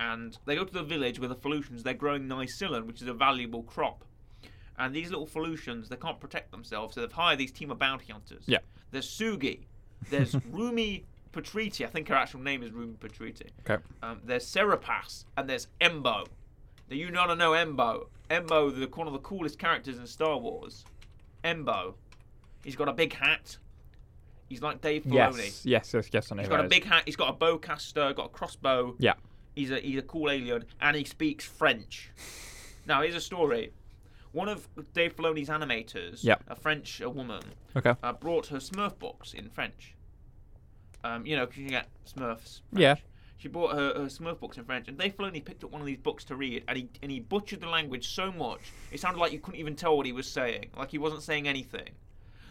Speaker 1: and they go to the village where the Felucians, they're growing Nycillan, which is a valuable crop. And these little Felucians, they can't protect themselves, so they've hired these team of bounty hunters.
Speaker 2: Yeah.
Speaker 1: There's Sugi. There's Rumi Patriti. I think her actual name is Rumi Patriti.
Speaker 2: Okay.
Speaker 1: Um, there's Serapas and there's Embo. Do you not know Embo? Embo, the one of the coolest characters in Star Wars. Embo. He's got a big hat. He's like Dave Filoni.
Speaker 2: Yes, yes, yes, yes. I know
Speaker 1: He's
Speaker 2: who
Speaker 1: got
Speaker 2: that
Speaker 1: a
Speaker 2: is.
Speaker 1: big hat. He's got a bow caster. Got a crossbow.
Speaker 2: Yeah.
Speaker 1: He's a he's a cool alien, and he speaks French. Now here's a story. One of Dave Filoni's animators,
Speaker 2: Yeah.
Speaker 1: a French a woman,
Speaker 2: Okay.
Speaker 1: uh, brought her Smurf box in French. Um, you know, 'cause you can get Smurfs.
Speaker 2: Yeah.
Speaker 1: She bought her, her Smurf books in French, and Dave Filoni picked up one of these books to read, and he and he butchered the language so much it sounded like you couldn't even tell what he was saying. Like he wasn't saying anything.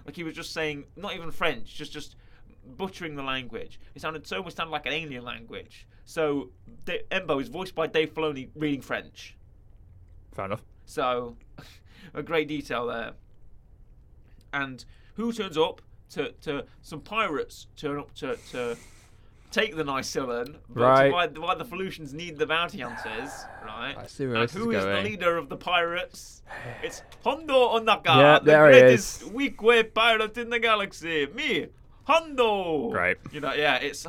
Speaker 1: Like he was just saying not even French, just just butchering the language. It sounded so much sounded like an alien language. So Da- Embo is voiced by Dave Filoni reading French.
Speaker 2: Fair enough.
Speaker 1: So, a great detail there. And who turns up to, to some pirates turn up to, to take the Nycillan, but
Speaker 2: Right.
Speaker 1: why, why the Felucians need the bounty hunters, right?
Speaker 2: I see where
Speaker 1: and
Speaker 2: this is
Speaker 1: who is the
Speaker 2: going.
Speaker 1: leader of the pirates? It's Hondo Onaka,
Speaker 2: Yeah,
Speaker 1: the
Speaker 2: there he
Speaker 1: greatest
Speaker 2: is.
Speaker 1: weak way pirate in the galaxy. Me, Hondo.
Speaker 2: Great.
Speaker 1: You know, yeah, it's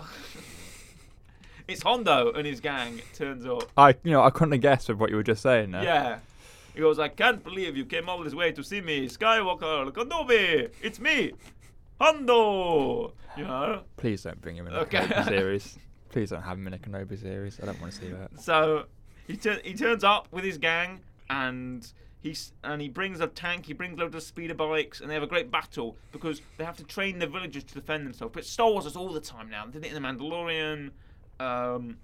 Speaker 1: it's Hondo and his gang turns up.
Speaker 2: I, you know, I couldn't have guessed with what you were just saying there.
Speaker 1: Yeah. He goes, I can't believe you came all this way to see me, Skywalker Kenobi. It's me, Hondo. You know.
Speaker 2: Please don't bring him in a
Speaker 1: Okay.
Speaker 2: Kenobi series. Please don't have him in a Kenobi series. I don't want to see that.
Speaker 1: So he tur- he turns up with his gang and. He's, and he brings a tank, he brings loads of speeder bikes, and they have a great battle because they have to train the villagers to defend themselves. But Star Wars is all the time now. They did it in The Mandalorian. Um,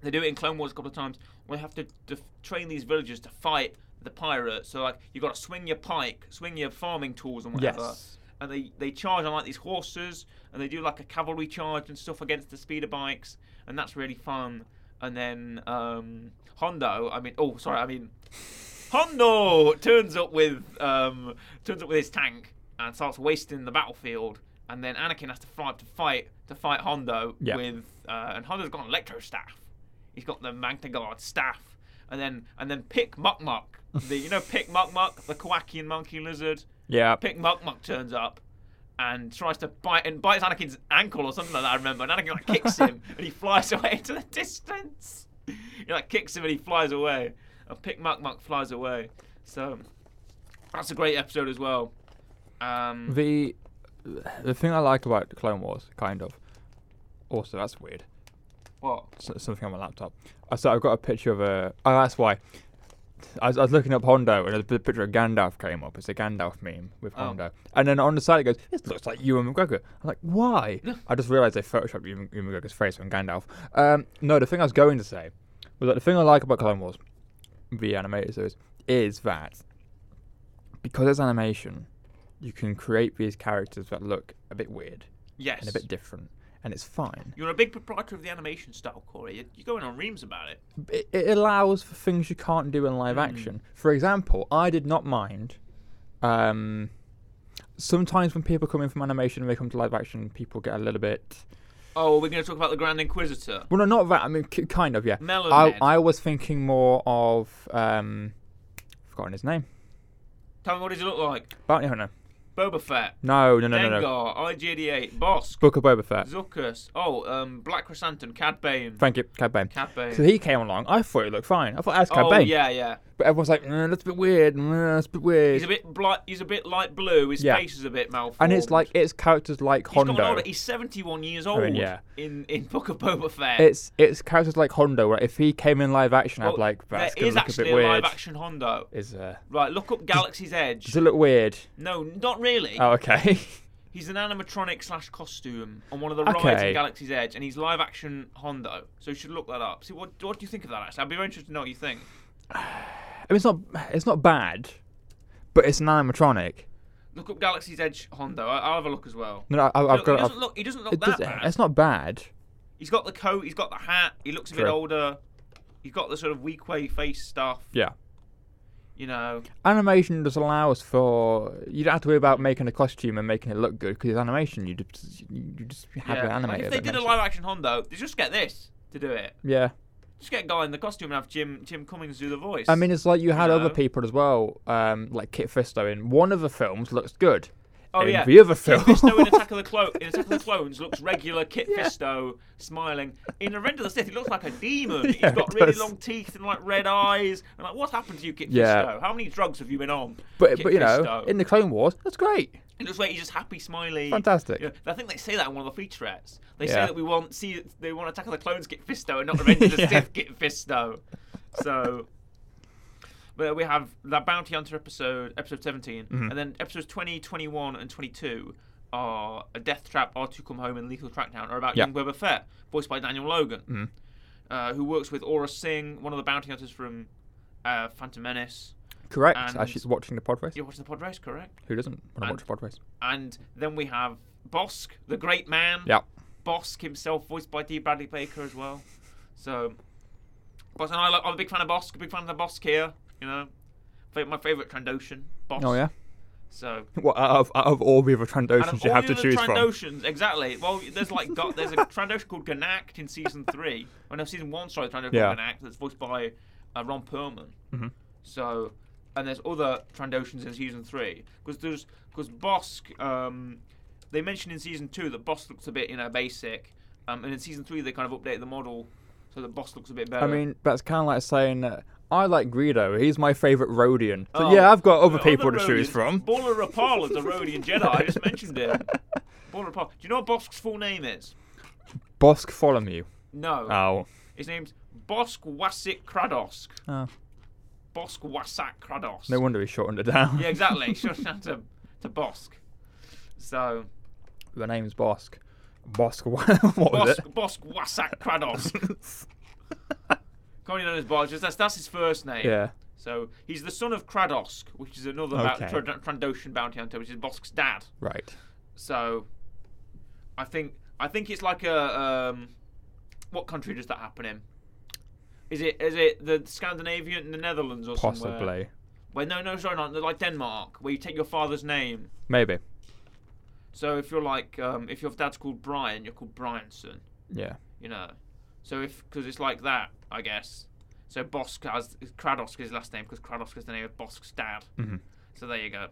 Speaker 1: they do it in Clone Wars a couple of times. We have to def- train these villagers to fight the pirates. So like you got to swing your pike, swing your farming tools and whatever.
Speaker 2: Yes.
Speaker 1: And they they charge on like these horses, and they do like a cavalry charge and stuff against the speeder bikes, and that's really fun. And then um, Hondo, I mean, oh sorry, I mean Hondo turns up with um, turns up with his tank and starts wasting the battlefield, and then Anakin has to fly up to fight to fight Hondo
Speaker 2: Yeah.
Speaker 1: with uh, and Hondo's got an electro staff. He's got the Magna Guard staff, and then and then Pick Muck Muck, the you know Pick Muck Muck, the Kowakian monkey lizard.
Speaker 2: Yeah.
Speaker 1: Pick Muck Muck turns up and tries to bite and bites Anakin's ankle or something like that. I remember, and Anakin like kicks him and he flies away into the distance. He like kicks him and he flies away. And Pick Muck Muck flies away. So that's a great episode as well. Um,
Speaker 2: The the thing I like about Clone Wars, kind of. Also, that's weird.
Speaker 1: what?
Speaker 2: S- something on my laptop. I so I've got a picture of a. Oh, that's why. I was, I was looking up Hondo, and a p- picture of Gandalf came up. It's a Gandalf meme with
Speaker 1: Oh.
Speaker 2: Hondo, and then on the side it goes, "This looks like Ewan McGregor." I'm like, "Why?" I just realised they photoshopped Ewan, Ewan McGregor's face on Gandalf. Um, no, the thing I was going to say was that the thing I like about Clone Wars, the animated series, is that because it's animation, you can create these characters that look a bit weird
Speaker 1: Yes.
Speaker 2: and a bit different, and it's fine.
Speaker 1: You're a big proprietor of the animation style, Corey. You- You're going on reams about it.
Speaker 2: It, it allows for things you can't do in live
Speaker 1: Mm.
Speaker 2: action. For example, I did not mind. Um, sometimes when people come in from animation and they come to live action, people get a little bit.
Speaker 1: Oh, we're going to talk about the Grand Inquisitor.
Speaker 2: Well, no, not that. I mean, k- kind of, yeah.
Speaker 1: Melon
Speaker 2: I,
Speaker 1: Head.
Speaker 2: I was thinking more of um, forgotten his name.
Speaker 1: Tell me what does he look like?
Speaker 2: Bounty Hunter.
Speaker 1: Boba Fett,
Speaker 2: No, no, no, no,
Speaker 1: Dengar,
Speaker 2: no.
Speaker 1: IG88, Bosk,
Speaker 2: Book of Boba Fett.
Speaker 1: Zuckus. Oh, um, Black Chrysanthemum, Cad Bane.
Speaker 2: Thank you, Cad Bane.
Speaker 1: Cad Bane.
Speaker 2: So he came along. I thought he looked fine. I thought that's Cad
Speaker 1: oh
Speaker 2: Bane.
Speaker 1: yeah, yeah.
Speaker 2: But everyone's like, mm, that's a bit weird. Mm, that's a bit weird.
Speaker 1: He's a bit bli- He's a bit light blue. His
Speaker 2: Yeah.
Speaker 1: face is a bit malformed.
Speaker 2: and it's like it's characters like
Speaker 1: he's
Speaker 2: Hondo.
Speaker 1: gotten older. He's 71 years old.
Speaker 2: mean, yeah.
Speaker 1: In in Book of Boba Fett.
Speaker 2: it's it's characters like Hondo. Where if he came in live action, I'd
Speaker 1: Oh,
Speaker 2: be like that's
Speaker 1: there
Speaker 2: gonna
Speaker 1: is
Speaker 2: look a
Speaker 1: actually
Speaker 2: bit weird.
Speaker 1: live action Hondo.
Speaker 2: Is uh,
Speaker 1: Right, look up Galaxy's Edge.
Speaker 2: does it look weird?
Speaker 1: No, not really.
Speaker 2: Oh, okay.
Speaker 1: He's an animatronic slash costume on one of the rides
Speaker 2: Okay.
Speaker 1: in Galaxy's Edge, and he's live action Hondo. So you should look that up. See what what do you think of that? Actually, I'd be very interested to know what you think.
Speaker 2: I mean, it's not it's not bad, but it's an animatronic.
Speaker 1: Look up Galaxy's Edge Hondo. I- I'll have a look as well.
Speaker 2: No, no I, I've
Speaker 1: Look,
Speaker 2: got.
Speaker 1: he
Speaker 2: I've,
Speaker 1: doesn't look. He doesn't look
Speaker 2: it
Speaker 1: that
Speaker 2: does,
Speaker 1: bad.
Speaker 2: it's not bad.
Speaker 1: He's got the coat. He's got the hat. He looks a bit
Speaker 2: True.
Speaker 1: older. He's got the sort of weak way face stuff.
Speaker 2: Yeah.
Speaker 1: You know.
Speaker 2: animation just allows for you don't have to worry about making a costume and making it look good because it's animation. You just you just have it
Speaker 1: yeah. Like,
Speaker 2: animated.
Speaker 1: if they
Speaker 2: that
Speaker 1: did a
Speaker 2: makes
Speaker 1: live action Hondo, they just get this to do it.
Speaker 2: it- yeah,
Speaker 1: Just get a guy in the costume and have Jim Jim Cummings do the voice.
Speaker 2: I mean it's like you had other
Speaker 1: know?
Speaker 2: people as well, um, like Kit Fisto in one of the films looks good.
Speaker 1: oh
Speaker 2: in
Speaker 1: yeah.
Speaker 2: the other film,
Speaker 1: Fisto in Attack of the Clo- in Attack of the Clones looks regular Kit Fisto smiling. In Revenge of the Sith, he looks like a demon.
Speaker 2: Yeah,
Speaker 1: He's got
Speaker 2: he
Speaker 1: really
Speaker 2: does.
Speaker 1: long teeth and like red eyes. And like, what's happened to you, Kit
Speaker 2: Yeah.
Speaker 1: Fisto? How many drugs have you been on?
Speaker 2: but
Speaker 1: Kit
Speaker 2: but you know
Speaker 1: Fisto.
Speaker 2: in the Clone Wars that's great,
Speaker 1: It looks like he's just happy, smiley.
Speaker 2: fantastic.
Speaker 1: Yeah, I think they say that in one of the featurettes. They say
Speaker 2: Yeah.
Speaker 1: that we want see they want Attack of the Clones get Fisto and not Revenge of the
Speaker 2: Yeah.
Speaker 1: Sith get Fisto. So, but we have the Bounty Hunter episode, episode 17
Speaker 2: Mhm.
Speaker 1: and then episodes 20, 21, and twenty-two are a Death Trap, R two Come Home, and Lethal Trackdown are about
Speaker 2: Yeah.
Speaker 1: young Boba Fett, voiced by Daniel Logan,
Speaker 2: Mhm.
Speaker 1: uh, who works with Aura Singh, one of the bounty hunters from uh, Phantom Menace.
Speaker 2: Correct.
Speaker 1: And-
Speaker 2: As she's watching the pod race,
Speaker 1: You're watching the pod race, correct?
Speaker 2: who doesn't want to
Speaker 1: and-
Speaker 2: watch a pod race?
Speaker 1: And then we have Bosk, the great man.
Speaker 2: Yeah.
Speaker 1: Bosk himself, voiced by D. Bradley Baker as well. So, Bosk, and I, lo- I'm a big fan of Bosk, a big fan of the Bosk here, you know. Fa- My favourite Trandoshan, Bosk.
Speaker 2: Oh yeah.
Speaker 1: So,
Speaker 2: What out of, out of all the other
Speaker 1: and
Speaker 2: Trandoshans
Speaker 1: of
Speaker 2: you
Speaker 1: all
Speaker 2: have
Speaker 1: the
Speaker 2: to
Speaker 1: other
Speaker 2: choose from?
Speaker 1: Trandoshans, exactly. Well, there's like got there's a Trandoshan called Ganact in season three. Well, no, season one, sorry, Trandoshan
Speaker 2: Yeah.
Speaker 1: called Ganact that's voiced by uh, Ron Perlman.
Speaker 2: Mhm.
Speaker 1: So, and there's other Trandoshans in season three because there's because Bosk. Um, they mentioned in season two that Bosk looks a bit you know basic, um, and in season three they kind of update the model so that Bosk looks a bit better.
Speaker 2: I mean that's kind of like saying. Uh, I like Greedo. He's my favorite Rodian. So
Speaker 1: Oh.
Speaker 2: yeah, I've got other
Speaker 1: The
Speaker 2: people
Speaker 1: other
Speaker 2: to choose
Speaker 1: Rodians-
Speaker 2: from.
Speaker 1: Bala Rapal is a Rodian Jedi. I just mentioned him. Bala Rapal. Do you know what Bosk's full name is?
Speaker 2: Bosk Follomew.
Speaker 1: No.
Speaker 2: Oh.
Speaker 1: His name's Bosk Wasik Kradosk.
Speaker 2: oh.
Speaker 1: Bosk Wasak Kradosk.
Speaker 2: No wonder he shortened it down.
Speaker 1: yeah, exactly. Short down to, to Bosk. So
Speaker 2: the name's Bosk. Bosk. What was
Speaker 1: Bosk, Bosk Wasak Kradosk,
Speaker 2: it?
Speaker 1: commonly known as Bosk. That's that's his first name.
Speaker 2: yeah.
Speaker 1: So he's the son of Kradosk, which is another
Speaker 2: Okay.
Speaker 1: bou- Trad- Trandoshan bounty hunter, which is Bosk's dad.
Speaker 2: Right.
Speaker 1: So I think I think it's like a um, what country does that happen in? Is it is it the Scandinavian, the Netherlands, or somewhere?
Speaker 2: Possibly.
Speaker 1: Well, no, no, sorry, not like Denmark, where you take your father's name.
Speaker 2: Maybe.
Speaker 1: So if you're like, um, if your dad's called Brian, you're called Bryanson,
Speaker 2: Yeah.
Speaker 1: you know. So if, because it's like that, I guess. So Bosk has Kradosk is his last name because Kradosk is the name of Bosk's dad.
Speaker 2: Mhm.
Speaker 1: So there you go.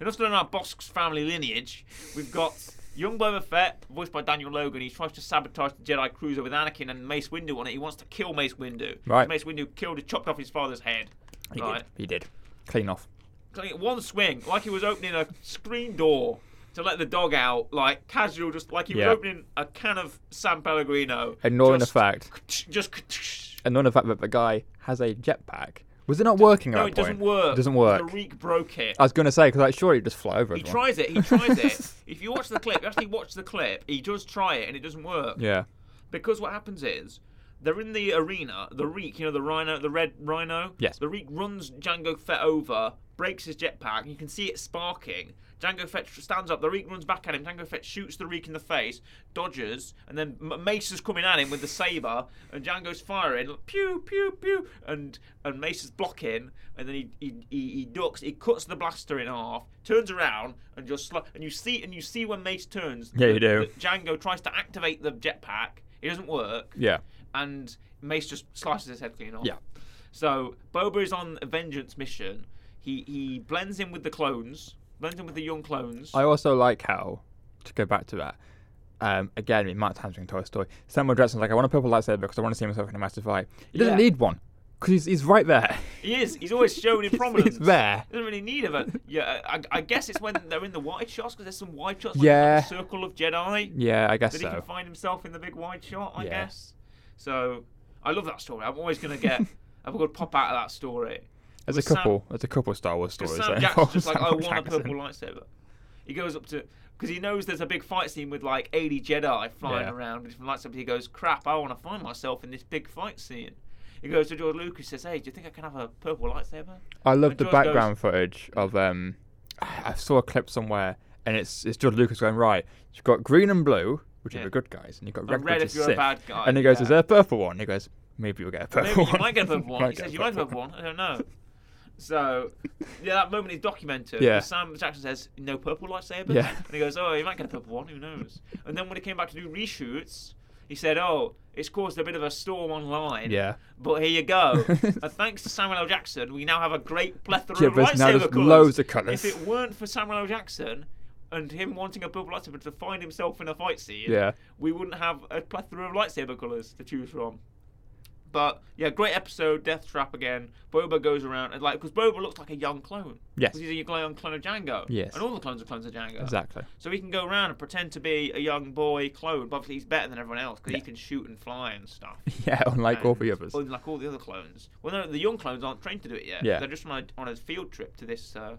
Speaker 1: Enough to learn our Bosk's family lineage. We've got young Boba Fett, voiced by Daniel Logan. He tries to sabotage the Jedi cruiser with Anakin and Mace Windu on it. He wants to kill Mace Windu.
Speaker 2: Right.
Speaker 1: Mace Windu killed, chopped off his father's head.
Speaker 2: He
Speaker 1: right.
Speaker 2: did. He did. Clean off.
Speaker 1: Like, one swing, like he was opening a screen door to let the dog out, like casual, just like he
Speaker 2: Yeah.
Speaker 1: was opening a can of San Pellegrino.
Speaker 2: Ignoring
Speaker 1: just,
Speaker 2: the fact.
Speaker 1: Just.
Speaker 2: Ignoring the fact that the guy has a jetpack. Was it not working
Speaker 1: No,
Speaker 2: at
Speaker 1: it
Speaker 2: that
Speaker 1: doesn't
Speaker 2: point?
Speaker 1: work.
Speaker 2: It doesn't work.
Speaker 1: Tariq broke it.
Speaker 2: I was gonna say because like surely it just fly over.
Speaker 1: He
Speaker 2: everyone.
Speaker 1: tries it. He tries it. If you watch the clip, you actually watch the clip, he does try it and it doesn't work.
Speaker 2: Yeah.
Speaker 1: Because what happens is They're in the arena. The Reek, you know, the rhino, the red rhino.
Speaker 2: Yes.
Speaker 1: The Reek runs Django Fett over, breaks his jetpack. You can see it sparking. Django Fett stands up. The Reek runs back at him. Django Fett shoots the Reek in the face, dodges, and then M- Mace is coming at him with the saber, and Django's firing. Pew pew pew, and and Mace is blocking, and then he he, he, he ducks. He cuts the blaster in half, turns around, and just sl- and you see and you see when Mace turns.
Speaker 2: Yeah, you
Speaker 1: that-
Speaker 2: do.
Speaker 1: that Django tries to activate the jetpack. It doesn't work
Speaker 2: Yeah.
Speaker 1: and Mace just slices his head clean off.
Speaker 2: Yeah.
Speaker 1: So Boba is on a vengeance mission. He he blends in with the clones, blends in with the young clones.
Speaker 2: I also like how, to go back to that, um, again, it might times in Toy Story, Samuel Jackson's like, I want a purple lightsaber because I want to see myself in a massive fight. He doesn't
Speaker 1: Yeah.
Speaker 2: need one because he's, he's right there.
Speaker 1: he is. He's always shown in
Speaker 2: He's-
Speaker 1: prominence.
Speaker 2: He's there.
Speaker 1: Doesn't really need of it. Yeah, I, I guess it's when they're in the wide shots because there's some wide shots.
Speaker 2: Yeah.
Speaker 1: Like the circle of Jedi.
Speaker 2: Yeah, I guess
Speaker 1: that he can
Speaker 2: so.
Speaker 1: find himself in the big wide shot, I
Speaker 2: Yeah.
Speaker 1: guess. So I love that story. I'm always gonna get have a good pop out of that story.
Speaker 2: There's a
Speaker 1: with Sam-
Speaker 2: couple. There's a couple Star Wars stories.
Speaker 1: Because Sam
Speaker 2: that
Speaker 1: Jackson's
Speaker 2: involve
Speaker 1: just like, I
Speaker 2: Samuel
Speaker 1: want a
Speaker 2: Jackson.
Speaker 1: purple lightsaber. He goes up to because he knows there's a big fight scene with like 80 Jedi flying
Speaker 2: Yeah.
Speaker 1: around with different lightsabers. He goes, "Crap, I want to find myself in this big fight scene." He goes to George Lucas, says, "Hey, do you think I can have a purple lightsaber?"
Speaker 2: I love
Speaker 1: And
Speaker 2: the
Speaker 1: George goes-
Speaker 2: background footage of um. I saw a clip somewhere, and it's it's George Lucas going right. You've got green and blue, which are
Speaker 1: Yeah.
Speaker 2: the good guys, and you've got
Speaker 1: But
Speaker 2: red,
Speaker 1: red
Speaker 2: which
Speaker 1: if
Speaker 2: is
Speaker 1: you're a
Speaker 2: Sith.
Speaker 1: bad guy,
Speaker 2: And he goes,
Speaker 1: yeah.
Speaker 2: "Is there a purple one?" He goes, "Maybe we'll get a purple
Speaker 1: Maybe
Speaker 2: one."
Speaker 1: you might get a purple one.
Speaker 2: Might
Speaker 1: he
Speaker 2: get
Speaker 1: says
Speaker 2: a
Speaker 1: you might get a
Speaker 2: purple
Speaker 1: purple one. I don't know. So, yeah, that moment is documented.
Speaker 2: Yeah.
Speaker 1: because Sam Jackson says no purple lightsabers.
Speaker 2: Yeah.
Speaker 1: And he goes, oh, you might get a purple one. Who knows? And then when he came back to do reshoots, he said, oh, it's caused a bit of a storm online.
Speaker 2: Yeah.
Speaker 1: But here you go. and thanks to Samuel L. Jackson, we now have a great plethora
Speaker 2: Yeah,
Speaker 1: of
Speaker 2: there's now
Speaker 1: lightsaber
Speaker 2: just
Speaker 1: colours.
Speaker 2: loads of colours.
Speaker 1: If it weren't for Samuel L. Jackson and him wanting a purple lightsaber to find himself in a fight scene,
Speaker 2: Yeah.
Speaker 1: we wouldn't have a plethora of lightsaber colours to choose from. But yeah, great episode. Death Trap again. Boba goes around and like because Boba looks like a young clone.
Speaker 2: Yes.
Speaker 1: 'Cause he's a young clone of Django.
Speaker 2: Yes.
Speaker 1: and all the clones are clones of Django.
Speaker 2: Exactly.
Speaker 1: So he can go around and pretend to be a young boy clone, but obviously he's better than everyone else because he can shoot and fly and stuff.
Speaker 2: Yeah, unlike all the
Speaker 1: And-
Speaker 2: others.
Speaker 1: well, like all the other clones. Well, no, the young clones aren't trained to do it yet.
Speaker 2: Yeah.
Speaker 1: they're just on a, on a field trip to this uh,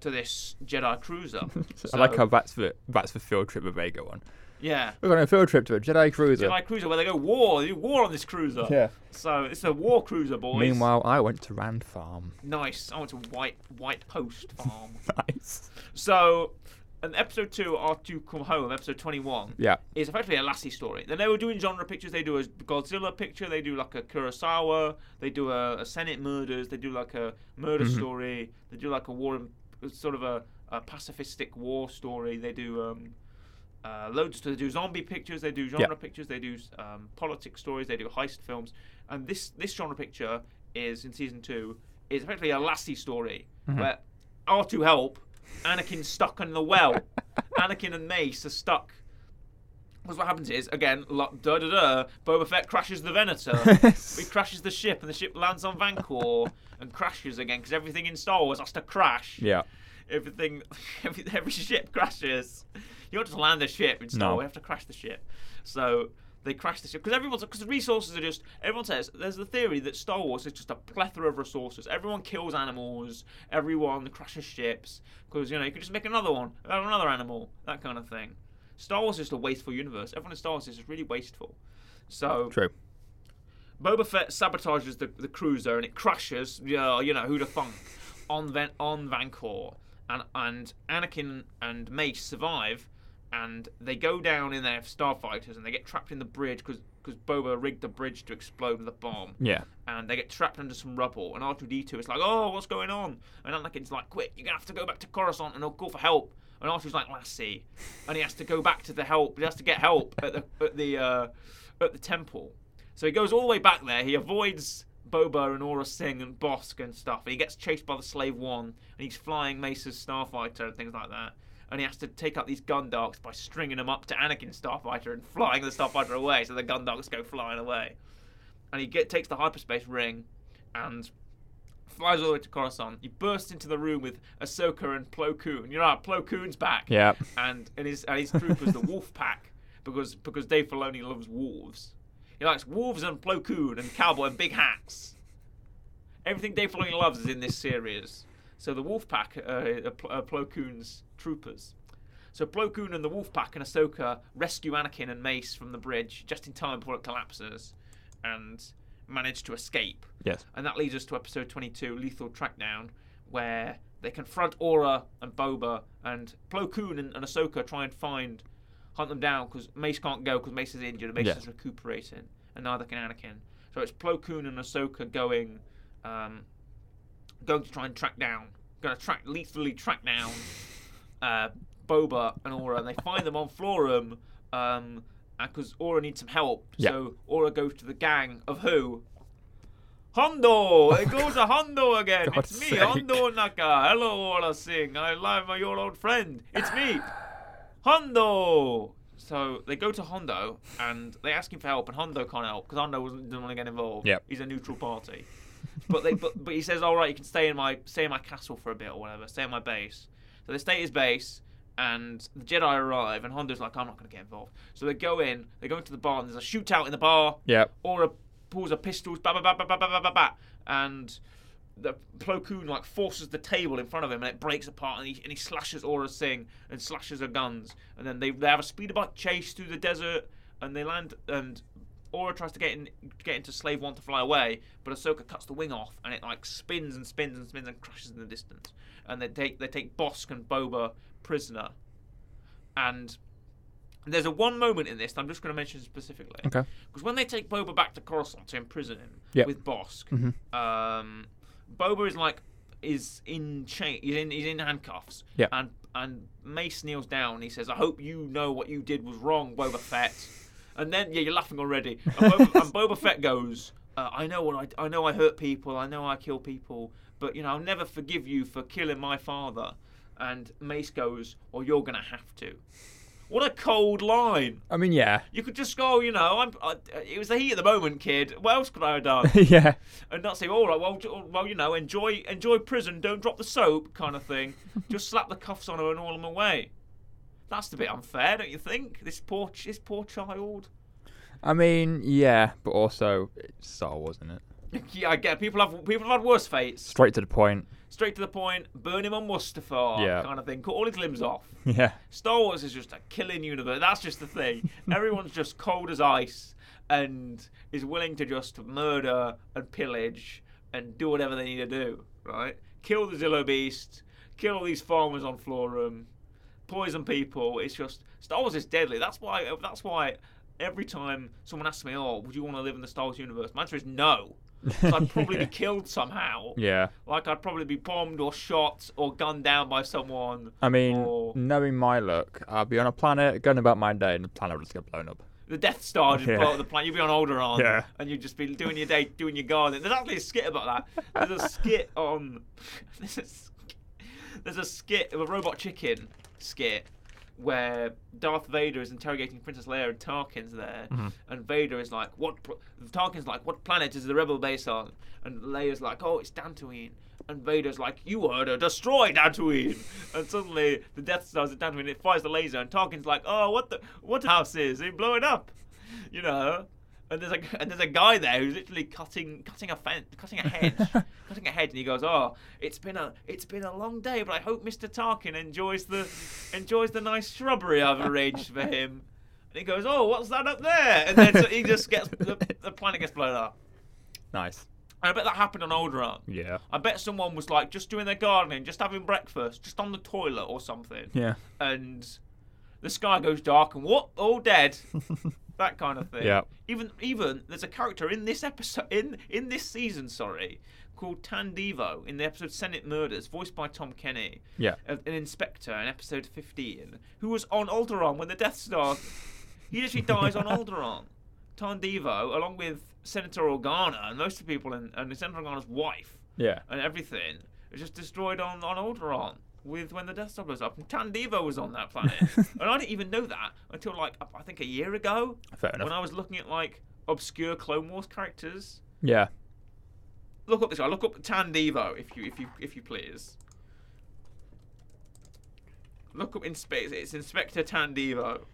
Speaker 1: to this Jedi cruiser.
Speaker 2: I like how that's the that's the field trip that they go on.
Speaker 1: yeah.
Speaker 2: We're going on a field trip to a Jedi cruiser.
Speaker 1: Jedi cruiser where they go war, they do war on this cruiser.
Speaker 2: Yeah.
Speaker 1: So it's a war cruiser, boys.
Speaker 2: Meanwhile, I went to Rand Farm.
Speaker 1: nice. I went to White White Post Farm.
Speaker 2: nice.
Speaker 1: so, and episode two, R two come home. Episode twenty one.
Speaker 2: Yeah.
Speaker 1: Is effectively a lassie story. Then they were doing genre pictures. They do a Godzilla picture. They do like a Kurosawa. They do a, a Senate murders. They do like a murder story. They do like a war, in- sort of a, a pacifistic war story. They do um, uh, loads. They do zombie pictures. They do genre pictures. They do um, politics stories. They do heist films. And this this genre picture is in season two is effectively a lassie story where R two help Anakin's stuck in the well. Anakin and Mace are stuck. Because what happens is, again, lo- da da da, Boba Fett crashes the Venator. he crashes the ship, and the ship lands on Vancor and crashes again, because everything in Star Wars has to crash.
Speaker 2: Yeah.
Speaker 1: Everything, every, every ship crashes. You don't just land a ship in Star
Speaker 2: No.
Speaker 1: Wars, you have to crash the ship. So they crash the ship. Because everyone's, because the resources are just, everyone says, there's the theory that Star Wars is just a plethora of resources. Everyone kills animals, everyone crashes ships, because, you know, you can just make another one, have another animal, that kind of thing. Star Wars is just a wasteful universe. Everyone in Star Wars is just really wasteful. So
Speaker 2: True.
Speaker 1: Boba Fett sabotages the, the cruiser and it crashes. Yeah, you know who the funk on Ven- on Vancor, and and Anakin and Mace survive, and they go down in their starfighters and they get trapped in the bridge because Boba rigged the bridge to explode with a bomb
Speaker 2: Yeah.
Speaker 1: and they get trapped under some rubble. And R2D2 is like, oh, what's going on? And Anakin's like, quick, you're going to have to go back to Coruscant and I'll call for help. And R2's like, lassie. And he has to go back to the help. He has to get help at the, at the, uh, at the temple. So he goes all the way back there. He avoids Boba and Aura Singh and Bosk and stuff. And he gets chased by the Slave One. And he's flying Mace's Starfighter and things like that. And he has to take out these Gundarks by stringing them up to Anakin's Starfighter and flying the Starfighter away. So the Gundarks go flying away and he get, takes the hyperspace ring and flies all the way to Coruscant. He bursts into the room with Ahsoka and Plo Koon. You know, how Plo Koon's back.
Speaker 2: Yeah.
Speaker 1: And, and his and his troopers, the Wolf Pack, because because Dave Filoni loves wolves. He likes wolves and Plo Koon and cowboy and big hats. Everything Dave Filoni loves is in this series. So the Wolf Pack uh, are Pl- are Plo Koon's troopers. So Plo Koon and the Wolf Pack and Ahsoka rescue Anakin and Mace from the bridge just in time before it collapses. and manage to escape.
Speaker 2: Yes.
Speaker 1: And that leads us to episode 22, Lethal Trackdown, where they confront Aura and Boba, and Plo Koon and, and Ahsoka try and find, hunt them down because Mace can't go because Mace is injured and Mace
Speaker 2: Yeah.
Speaker 1: is recuperating, and neither can Anakin. So it's Plo Koon and Ahsoka going, um, going to try and track down, going to track lethally track down uh, Boba and Aura, and they find them on Florum. Um, because Aura needs some help,
Speaker 2: Yeah.
Speaker 1: so Aura goes to the gang of who? Hondo! It goes to Hondo again.
Speaker 2: God's
Speaker 1: it's me,
Speaker 2: sake.
Speaker 1: Hondo Naka. Hello, Aura Singh. I am your old friend. It's me, Hondo. So they go to Hondo and they ask him for help, and Hondo can't help because Hondo wasn't, didn't want to get involved.
Speaker 2: Yep.
Speaker 1: he's a neutral party. But they but, but he says, all right, you can stay in my stay in my castle for a bit or whatever. Stay in my base. So they stay at his base, and the Jedi arrive, and Hondo's like, I'm not going to get involved. So they go in, they go into the bar, and there's a shootout in the bar.
Speaker 2: Yeah.
Speaker 1: Aura pulls her pistols, ba ba ba ba ba ba ba ba ba, and the Plo Koon like forces the table in front of him, and it breaks apart, and he, and he slashes Aura Singh and slashes her guns, and then they they have a speederbike chase through the desert, and they land and. Aura tries to get in, get into Slave One to fly away, but Ahsoka cuts the wing off, and it like spins and spins and spins and crashes in the distance. And they take they take Bosk and Boba prisoner. And there's a one moment in this that I'm just going to mention specifically.
Speaker 2: Okay.
Speaker 1: Because when they take Boba back to Coruscant to imprison him
Speaker 2: Yep.
Speaker 1: with Bosk, um, Boba is like is in chain, he's in he's in handcuffs.
Speaker 2: Yep.
Speaker 1: And and Mace kneels down. And he says, "I hope you know what you did was wrong, Boba Fett." And then yeah, you're laughing already. And Boba, and Boba Fett goes, uh, "I know what I I know I hurt people. I know I kill people, but you know I'll never forgive you for killing my father." And Mace goes, "Well, you're gonna have to." What a cold line.
Speaker 2: I mean, yeah.
Speaker 1: You could just go, you know, I'm, I, it was the heat of the moment, kid. What else could I have done?
Speaker 2: yeah.
Speaker 1: and not say, all right, well, j- well, you know, enjoy, enjoy prison, don't drop the soap, kind of thing. just slap the cuffs on her and haul them away. That's a bit unfair, don't you think? This poor, ch- this poor child.
Speaker 2: I mean, yeah, but also it's Star Wars, isn't it?
Speaker 1: yeah, I get. People have people have had worse fates.
Speaker 2: Straight to the point.
Speaker 1: Straight to the point. Burn him on Mustafar,
Speaker 2: Yeah.
Speaker 1: kind of thing. Cut all his limbs off.
Speaker 2: Yeah.
Speaker 1: Star Wars is just a killing universe. That's just the thing. Everyone's just cold as ice and is willing to just murder and pillage and do whatever they need to do, right? Kill the Zillow Beast, kill all these farmers on Florum, poison people. It's just Star Wars is deadly. That's why that's why every time someone asks me, "Oh, would you want to live in the Star Wars universe?" My answer is no. 'Cause I'd probably be killed somehow.
Speaker 2: Yeah.
Speaker 1: Like I'd probably be bombed or shot or gunned down by someone.
Speaker 2: I mean,
Speaker 1: Or-
Speaker 2: knowing my luck, I'll be on a planet going about my day, and the planet will just get blown up.
Speaker 1: The Death Star just
Speaker 2: Yeah.
Speaker 1: blow up the planet. You'd be on Alderaan,
Speaker 2: Yeah.
Speaker 1: and you'd just be doing your day, doing your gardening. There's actually a skit about that. There's a skit on. There's a, sk- there's a skit of a robot chicken skit where Darth Vader is interrogating Princess Leia and Tarkin's there, and Vader is like, "What?" Pl-? Tarkin's like, "What planet is the Rebel base on?" And Leia's like, "Oh, it's Dantooine." And Vader's like, "You order destroy Dantooine!" and suddenly the Death Star's at Dantooine. It fires the laser, and Tarkin's like, "Oh, what the what house is? They blow it up." you know. And there's a and there's a guy there who's literally cutting cutting a fence, cutting a hedge, cutting a hedge, and he goes, "Oh, it's been a it's been a long day, but I hope Mr. Tarkin enjoys the enjoys the nice shrubbery I've arranged for him." And he goes, "Oh, what's that up there?" And then so he just gets the, the planet gets blown up.
Speaker 2: Nice.
Speaker 1: And I bet that happened on Alderaan.
Speaker 2: Yeah.
Speaker 1: I bet someone was like just doing their gardening, just having breakfast, just on the toilet or something
Speaker 2: Yeah.
Speaker 1: and the sky goes dark and what all dead that kind of thing
Speaker 2: Yeah.
Speaker 1: even even there's a character in this episode in in this season sorry called Tandevo in the episode Senate Murders voiced by Tom Kenny
Speaker 2: Yeah.
Speaker 1: a- an inspector in episode 15 who was on Alderaan when the Death Star he literally dies on Alderaan Tandevo along with Senator Organa and most of the people in, and Senator Organa's wife
Speaker 2: Yeah.
Speaker 1: and everything was just destroyed on, on Alderaan with when the Death Star blows up. And Tandivo was on that planet. and I didn't even know that until like I think a year ago
Speaker 2: Fair enough.
Speaker 1: when I was looking at like obscure Clone Wars characters.
Speaker 2: Yeah.
Speaker 1: Look up this guy. Look up Tandivo if you if you if you please. Look up in space. It's Inspector Tandivo.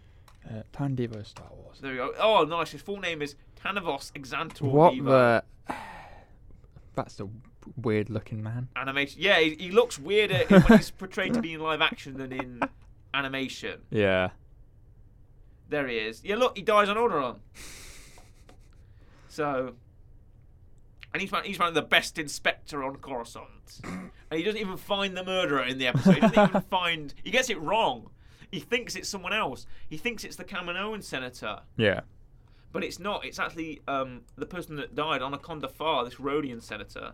Speaker 2: Uh, Tandivo Star Wars.
Speaker 1: There we go. Oh, nice. His full name is Tanavos Exantor
Speaker 2: What
Speaker 1: Devo.
Speaker 2: the? That's a weird looking man.
Speaker 1: animation. Yeah, he, he looks weirder in- when he's portrayed to be in live action than in animation.
Speaker 2: Yeah.
Speaker 1: There he is. Yeah, look, he dies on Alderaan. So, and he's one, he's one of the best inspector on Coruscant. and he doesn't even find the murderer in the episode. He doesn't even find. He gets it wrong. He thinks it's someone else. He thinks it's the Cameron Owen senator,
Speaker 2: Yeah.
Speaker 1: but it's not. It's actually um, the person that died, Anaconda Far, this Rhodian senator.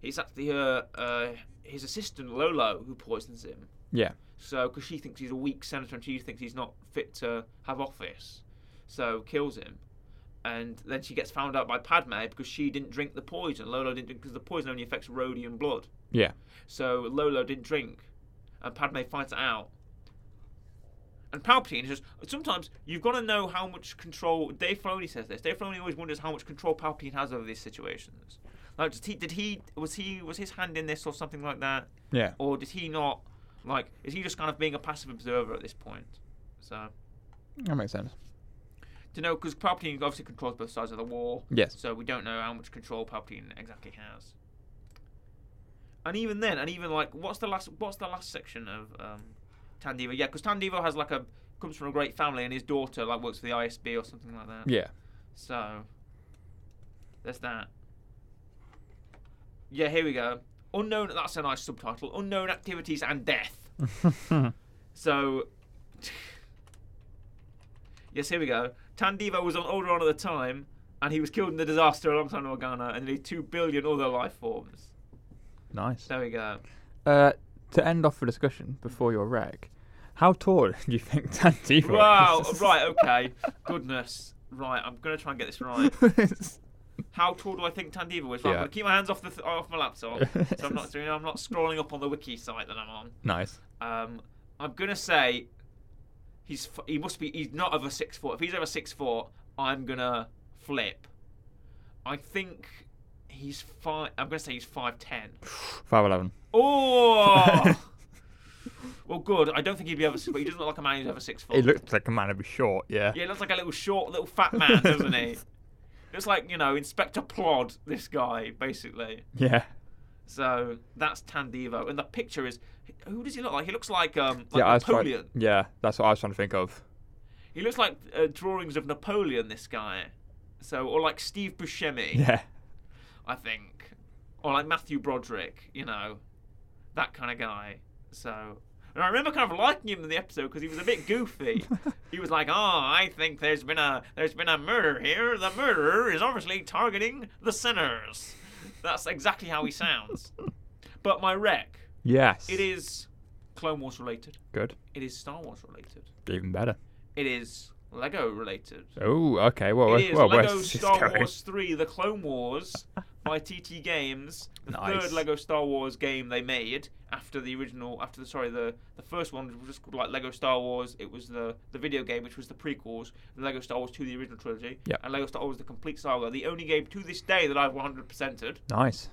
Speaker 1: It's actually her, uh, his assistant Lolo who poisons him.
Speaker 2: Yeah.
Speaker 1: So, because she thinks he's a weak senator and she thinks he's not fit to have office, so kills him. And then she gets found out by Padme because she didn't drink the poison. Lolo didn't drink because the poison only affects Rhodian blood.
Speaker 2: Yeah.
Speaker 1: So Lolo didn't drink, and Padme finds it out. And Palpatine is just sometimes you've got to know how much control. Dave Filoni says this. Dave Filoni always wonders how much control Palpatine has over these situations. Like, did he? Did he? Was he? Was his hand in this or something like that?
Speaker 2: Yeah.
Speaker 1: or did he not like is he just kind of being a passive observer at this point so
Speaker 2: That makes sense.
Speaker 1: to know because palpatine obviously controls both sides of the war
Speaker 2: Yes.
Speaker 1: so we don't know how much control palpatine exactly has and even then and even like what's the last what's the last section of um tandiva yeah because tandiva has like a comes from a great family and his daughter like works for the isb or something like that
Speaker 2: Yeah.
Speaker 1: so there's that. Yeah, here we go. Unknown. That's a nice subtitle. Unknown activities and death. So, yes, here we go. Tandivo was on Alderaan at the time, and he was killed in the disaster alongside Organa and nearly two billion other life forms.
Speaker 2: nice.
Speaker 1: There we go.
Speaker 2: Uh, to end off the discussion before your wreck, how tall do you think Tantiva
Speaker 1: Wow.
Speaker 2: is?
Speaker 1: right. Okay. Goodness. Right. I'm gonna try and get this right. How tall do I think Tandiva is? Right, I'm
Speaker 2: Yeah.
Speaker 1: gonna keep my hands off the th- off my laptop, so I'm not doing. I'm not scrolling up on the wiki site that I'm on.
Speaker 2: nice.
Speaker 1: Um, I'm gonna say he's f- he must be he's not over six foot. If he's over six foot, I'm gonna flip. I think he's five. I'm gonna say he's five ten.
Speaker 2: Five eleven.
Speaker 1: Oh. well, good. I don't think he'd be over six. But he doesn't look like a man who's over six foot.
Speaker 2: It looks like a man to be short. Yeah.
Speaker 1: Yeah, he looks like a little short, little fat man, doesn't he? Looks like you know Inspector Plod. This guy, basically.
Speaker 2: Yeah.
Speaker 1: So that's Tandivo, and the picture is who does he look like? He looks like um like
Speaker 2: yeah. I was trying-
Speaker 1: Napoleon.
Speaker 2: yeah. That's what I was trying to think of.
Speaker 1: He looks like uh, drawings of Napoleon. This guy, so or like Steve Buscemi,
Speaker 2: Yeah.
Speaker 1: I think, or like Matthew Broderick. You know, that kind of guy. So. And I remember kind of liking him in the episode because he was a bit goofy. he was like, "Oh, I think there's been a there's been a murder here. The murderer is obviously targeting the sinners." That's exactly how he sounds. but my wreck,
Speaker 2: Yes.
Speaker 1: It is Clone Wars related.
Speaker 2: good.
Speaker 1: It is Star Wars related.
Speaker 2: Even better.
Speaker 1: It is Lego related.
Speaker 2: Oh, okay.
Speaker 1: it
Speaker 2: Well, we're-
Speaker 1: is
Speaker 2: well, where's
Speaker 1: Lego
Speaker 2: this
Speaker 1: Star
Speaker 2: going?
Speaker 1: Wars 3 The Clone Wars by TT Games, the
Speaker 2: Nice.
Speaker 1: third Lego Star Wars game they made after the original after the sorry, the the first one was just called like Lego Star Wars. It was the the video game which was the prequels, and Lego Star Wars 2 the original trilogy,
Speaker 2: Yep.
Speaker 1: and Lego Star Wars the complete saga. The only game to this day that I've 100%ed
Speaker 2: Nice.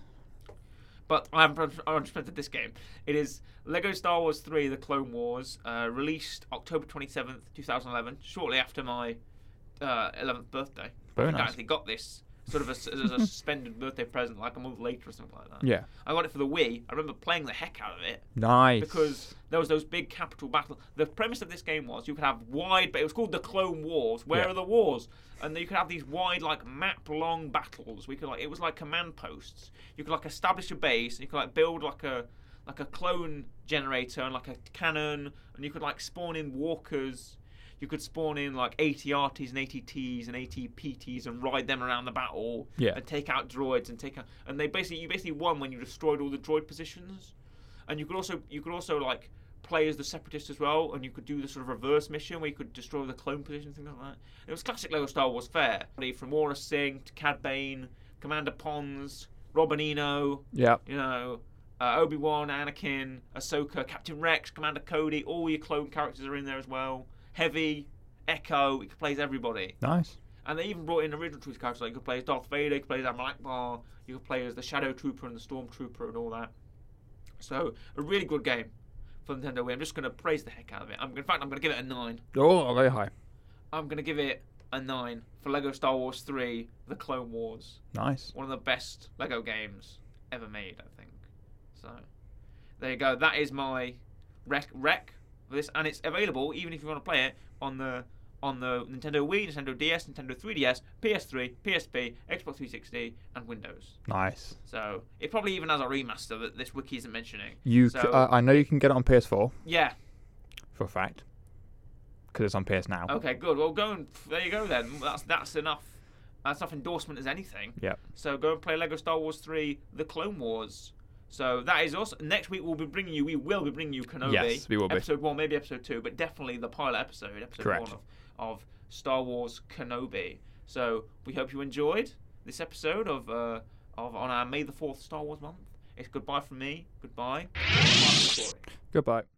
Speaker 1: but I haven't I haven't presented this game. It is Lego Star Wars 3 The Clone Wars, uh, released October 27th, 2011, shortly after my uh, 11th birthday.
Speaker 2: Very
Speaker 1: I think I
Speaker 2: nice.
Speaker 1: actually got this sort of as, as a suspended birthday present, like a month later or something like that.
Speaker 2: Yeah.
Speaker 1: I got it for the Wii. I remember playing the heck out of it
Speaker 2: Nice.
Speaker 1: because there was those big capital battle. The premise of this game was you could have wide, but it was called the Clone Wars. Where
Speaker 2: Yeah.
Speaker 1: are the wars? And you could have these wide, like map-long battles. We could like it was like command posts. You could like establish a base. And you could like build like a like a clone generator and like a cannon, and you could like spawn in walkers. You could spawn in like ATRTs and ATTs and ATPTs and ride them around the battle
Speaker 2: Yeah.
Speaker 1: and take out droids and take out and they basically you basically won when you destroyed all the droid positions and you could also you could also like play as the separatist as well, and you could do the sort of reverse mission where you could destroy the clone position, things like that. It was classic Lego Star Wars fare. From Aura Singh to Cad Bane, Commander Pons, Robin Eno,
Speaker 2: Yeah.
Speaker 1: you know, uh, Obi Wan, Anakin, Ahsoka, Captain Rex, Commander Cody. All your clone characters are in there as well. Heavy, Echo, it plays everybody.
Speaker 2: Nice.
Speaker 1: And they even brought in original truth characters. Like you could play as Darth Vader, you could play as Admiral Akbar, you could play as the Shadow Trooper and the Stormtrooper and all that. So a really good game for Nintendo Wii. I'm just going to praise the heck out of it. I'm, in fact, I'm going to give it a nine.
Speaker 2: Oh, very high.
Speaker 1: I'm going to give it a nine for Lego Star Wars 3: The Clone Wars.
Speaker 2: Nice.
Speaker 1: One of the best Lego games ever made, I think. So there you go. That is my rec rec for this, and it's available even if you want to play it on the on the Nintendo Wii, Nintendo DS, Nintendo 3DS, PS3, PSP, Xbox 360, and Windows.
Speaker 2: Nice.
Speaker 1: So it probably even has a remaster that this wiki isn't mentioning.
Speaker 2: You, c
Speaker 1: So-
Speaker 2: I I know you can get it on PS4
Speaker 1: Yeah.
Speaker 2: for a fact, because it's on PS now.
Speaker 1: Okay. Good. Well, go and there you go. Then that's that's enough. That's enough endorsement as anything.
Speaker 2: Yep.
Speaker 1: So go and play Lego Star Wars 3: The Clone Wars. So that is us. Next week we'll be bringing you. We will be bringing you Kenobi.
Speaker 2: Yes, we will be.
Speaker 1: Episode one, maybe episode two, but definitely the pilot episode, episode
Speaker 2: Correct.
Speaker 1: one of, of Star Wars Kenobi. So we hope you enjoyed this episode of uh, of on our May the Fourth Star Wars month. It's goodbye from me. Goodbye. Goodbye from Corey.
Speaker 2: Goodbye.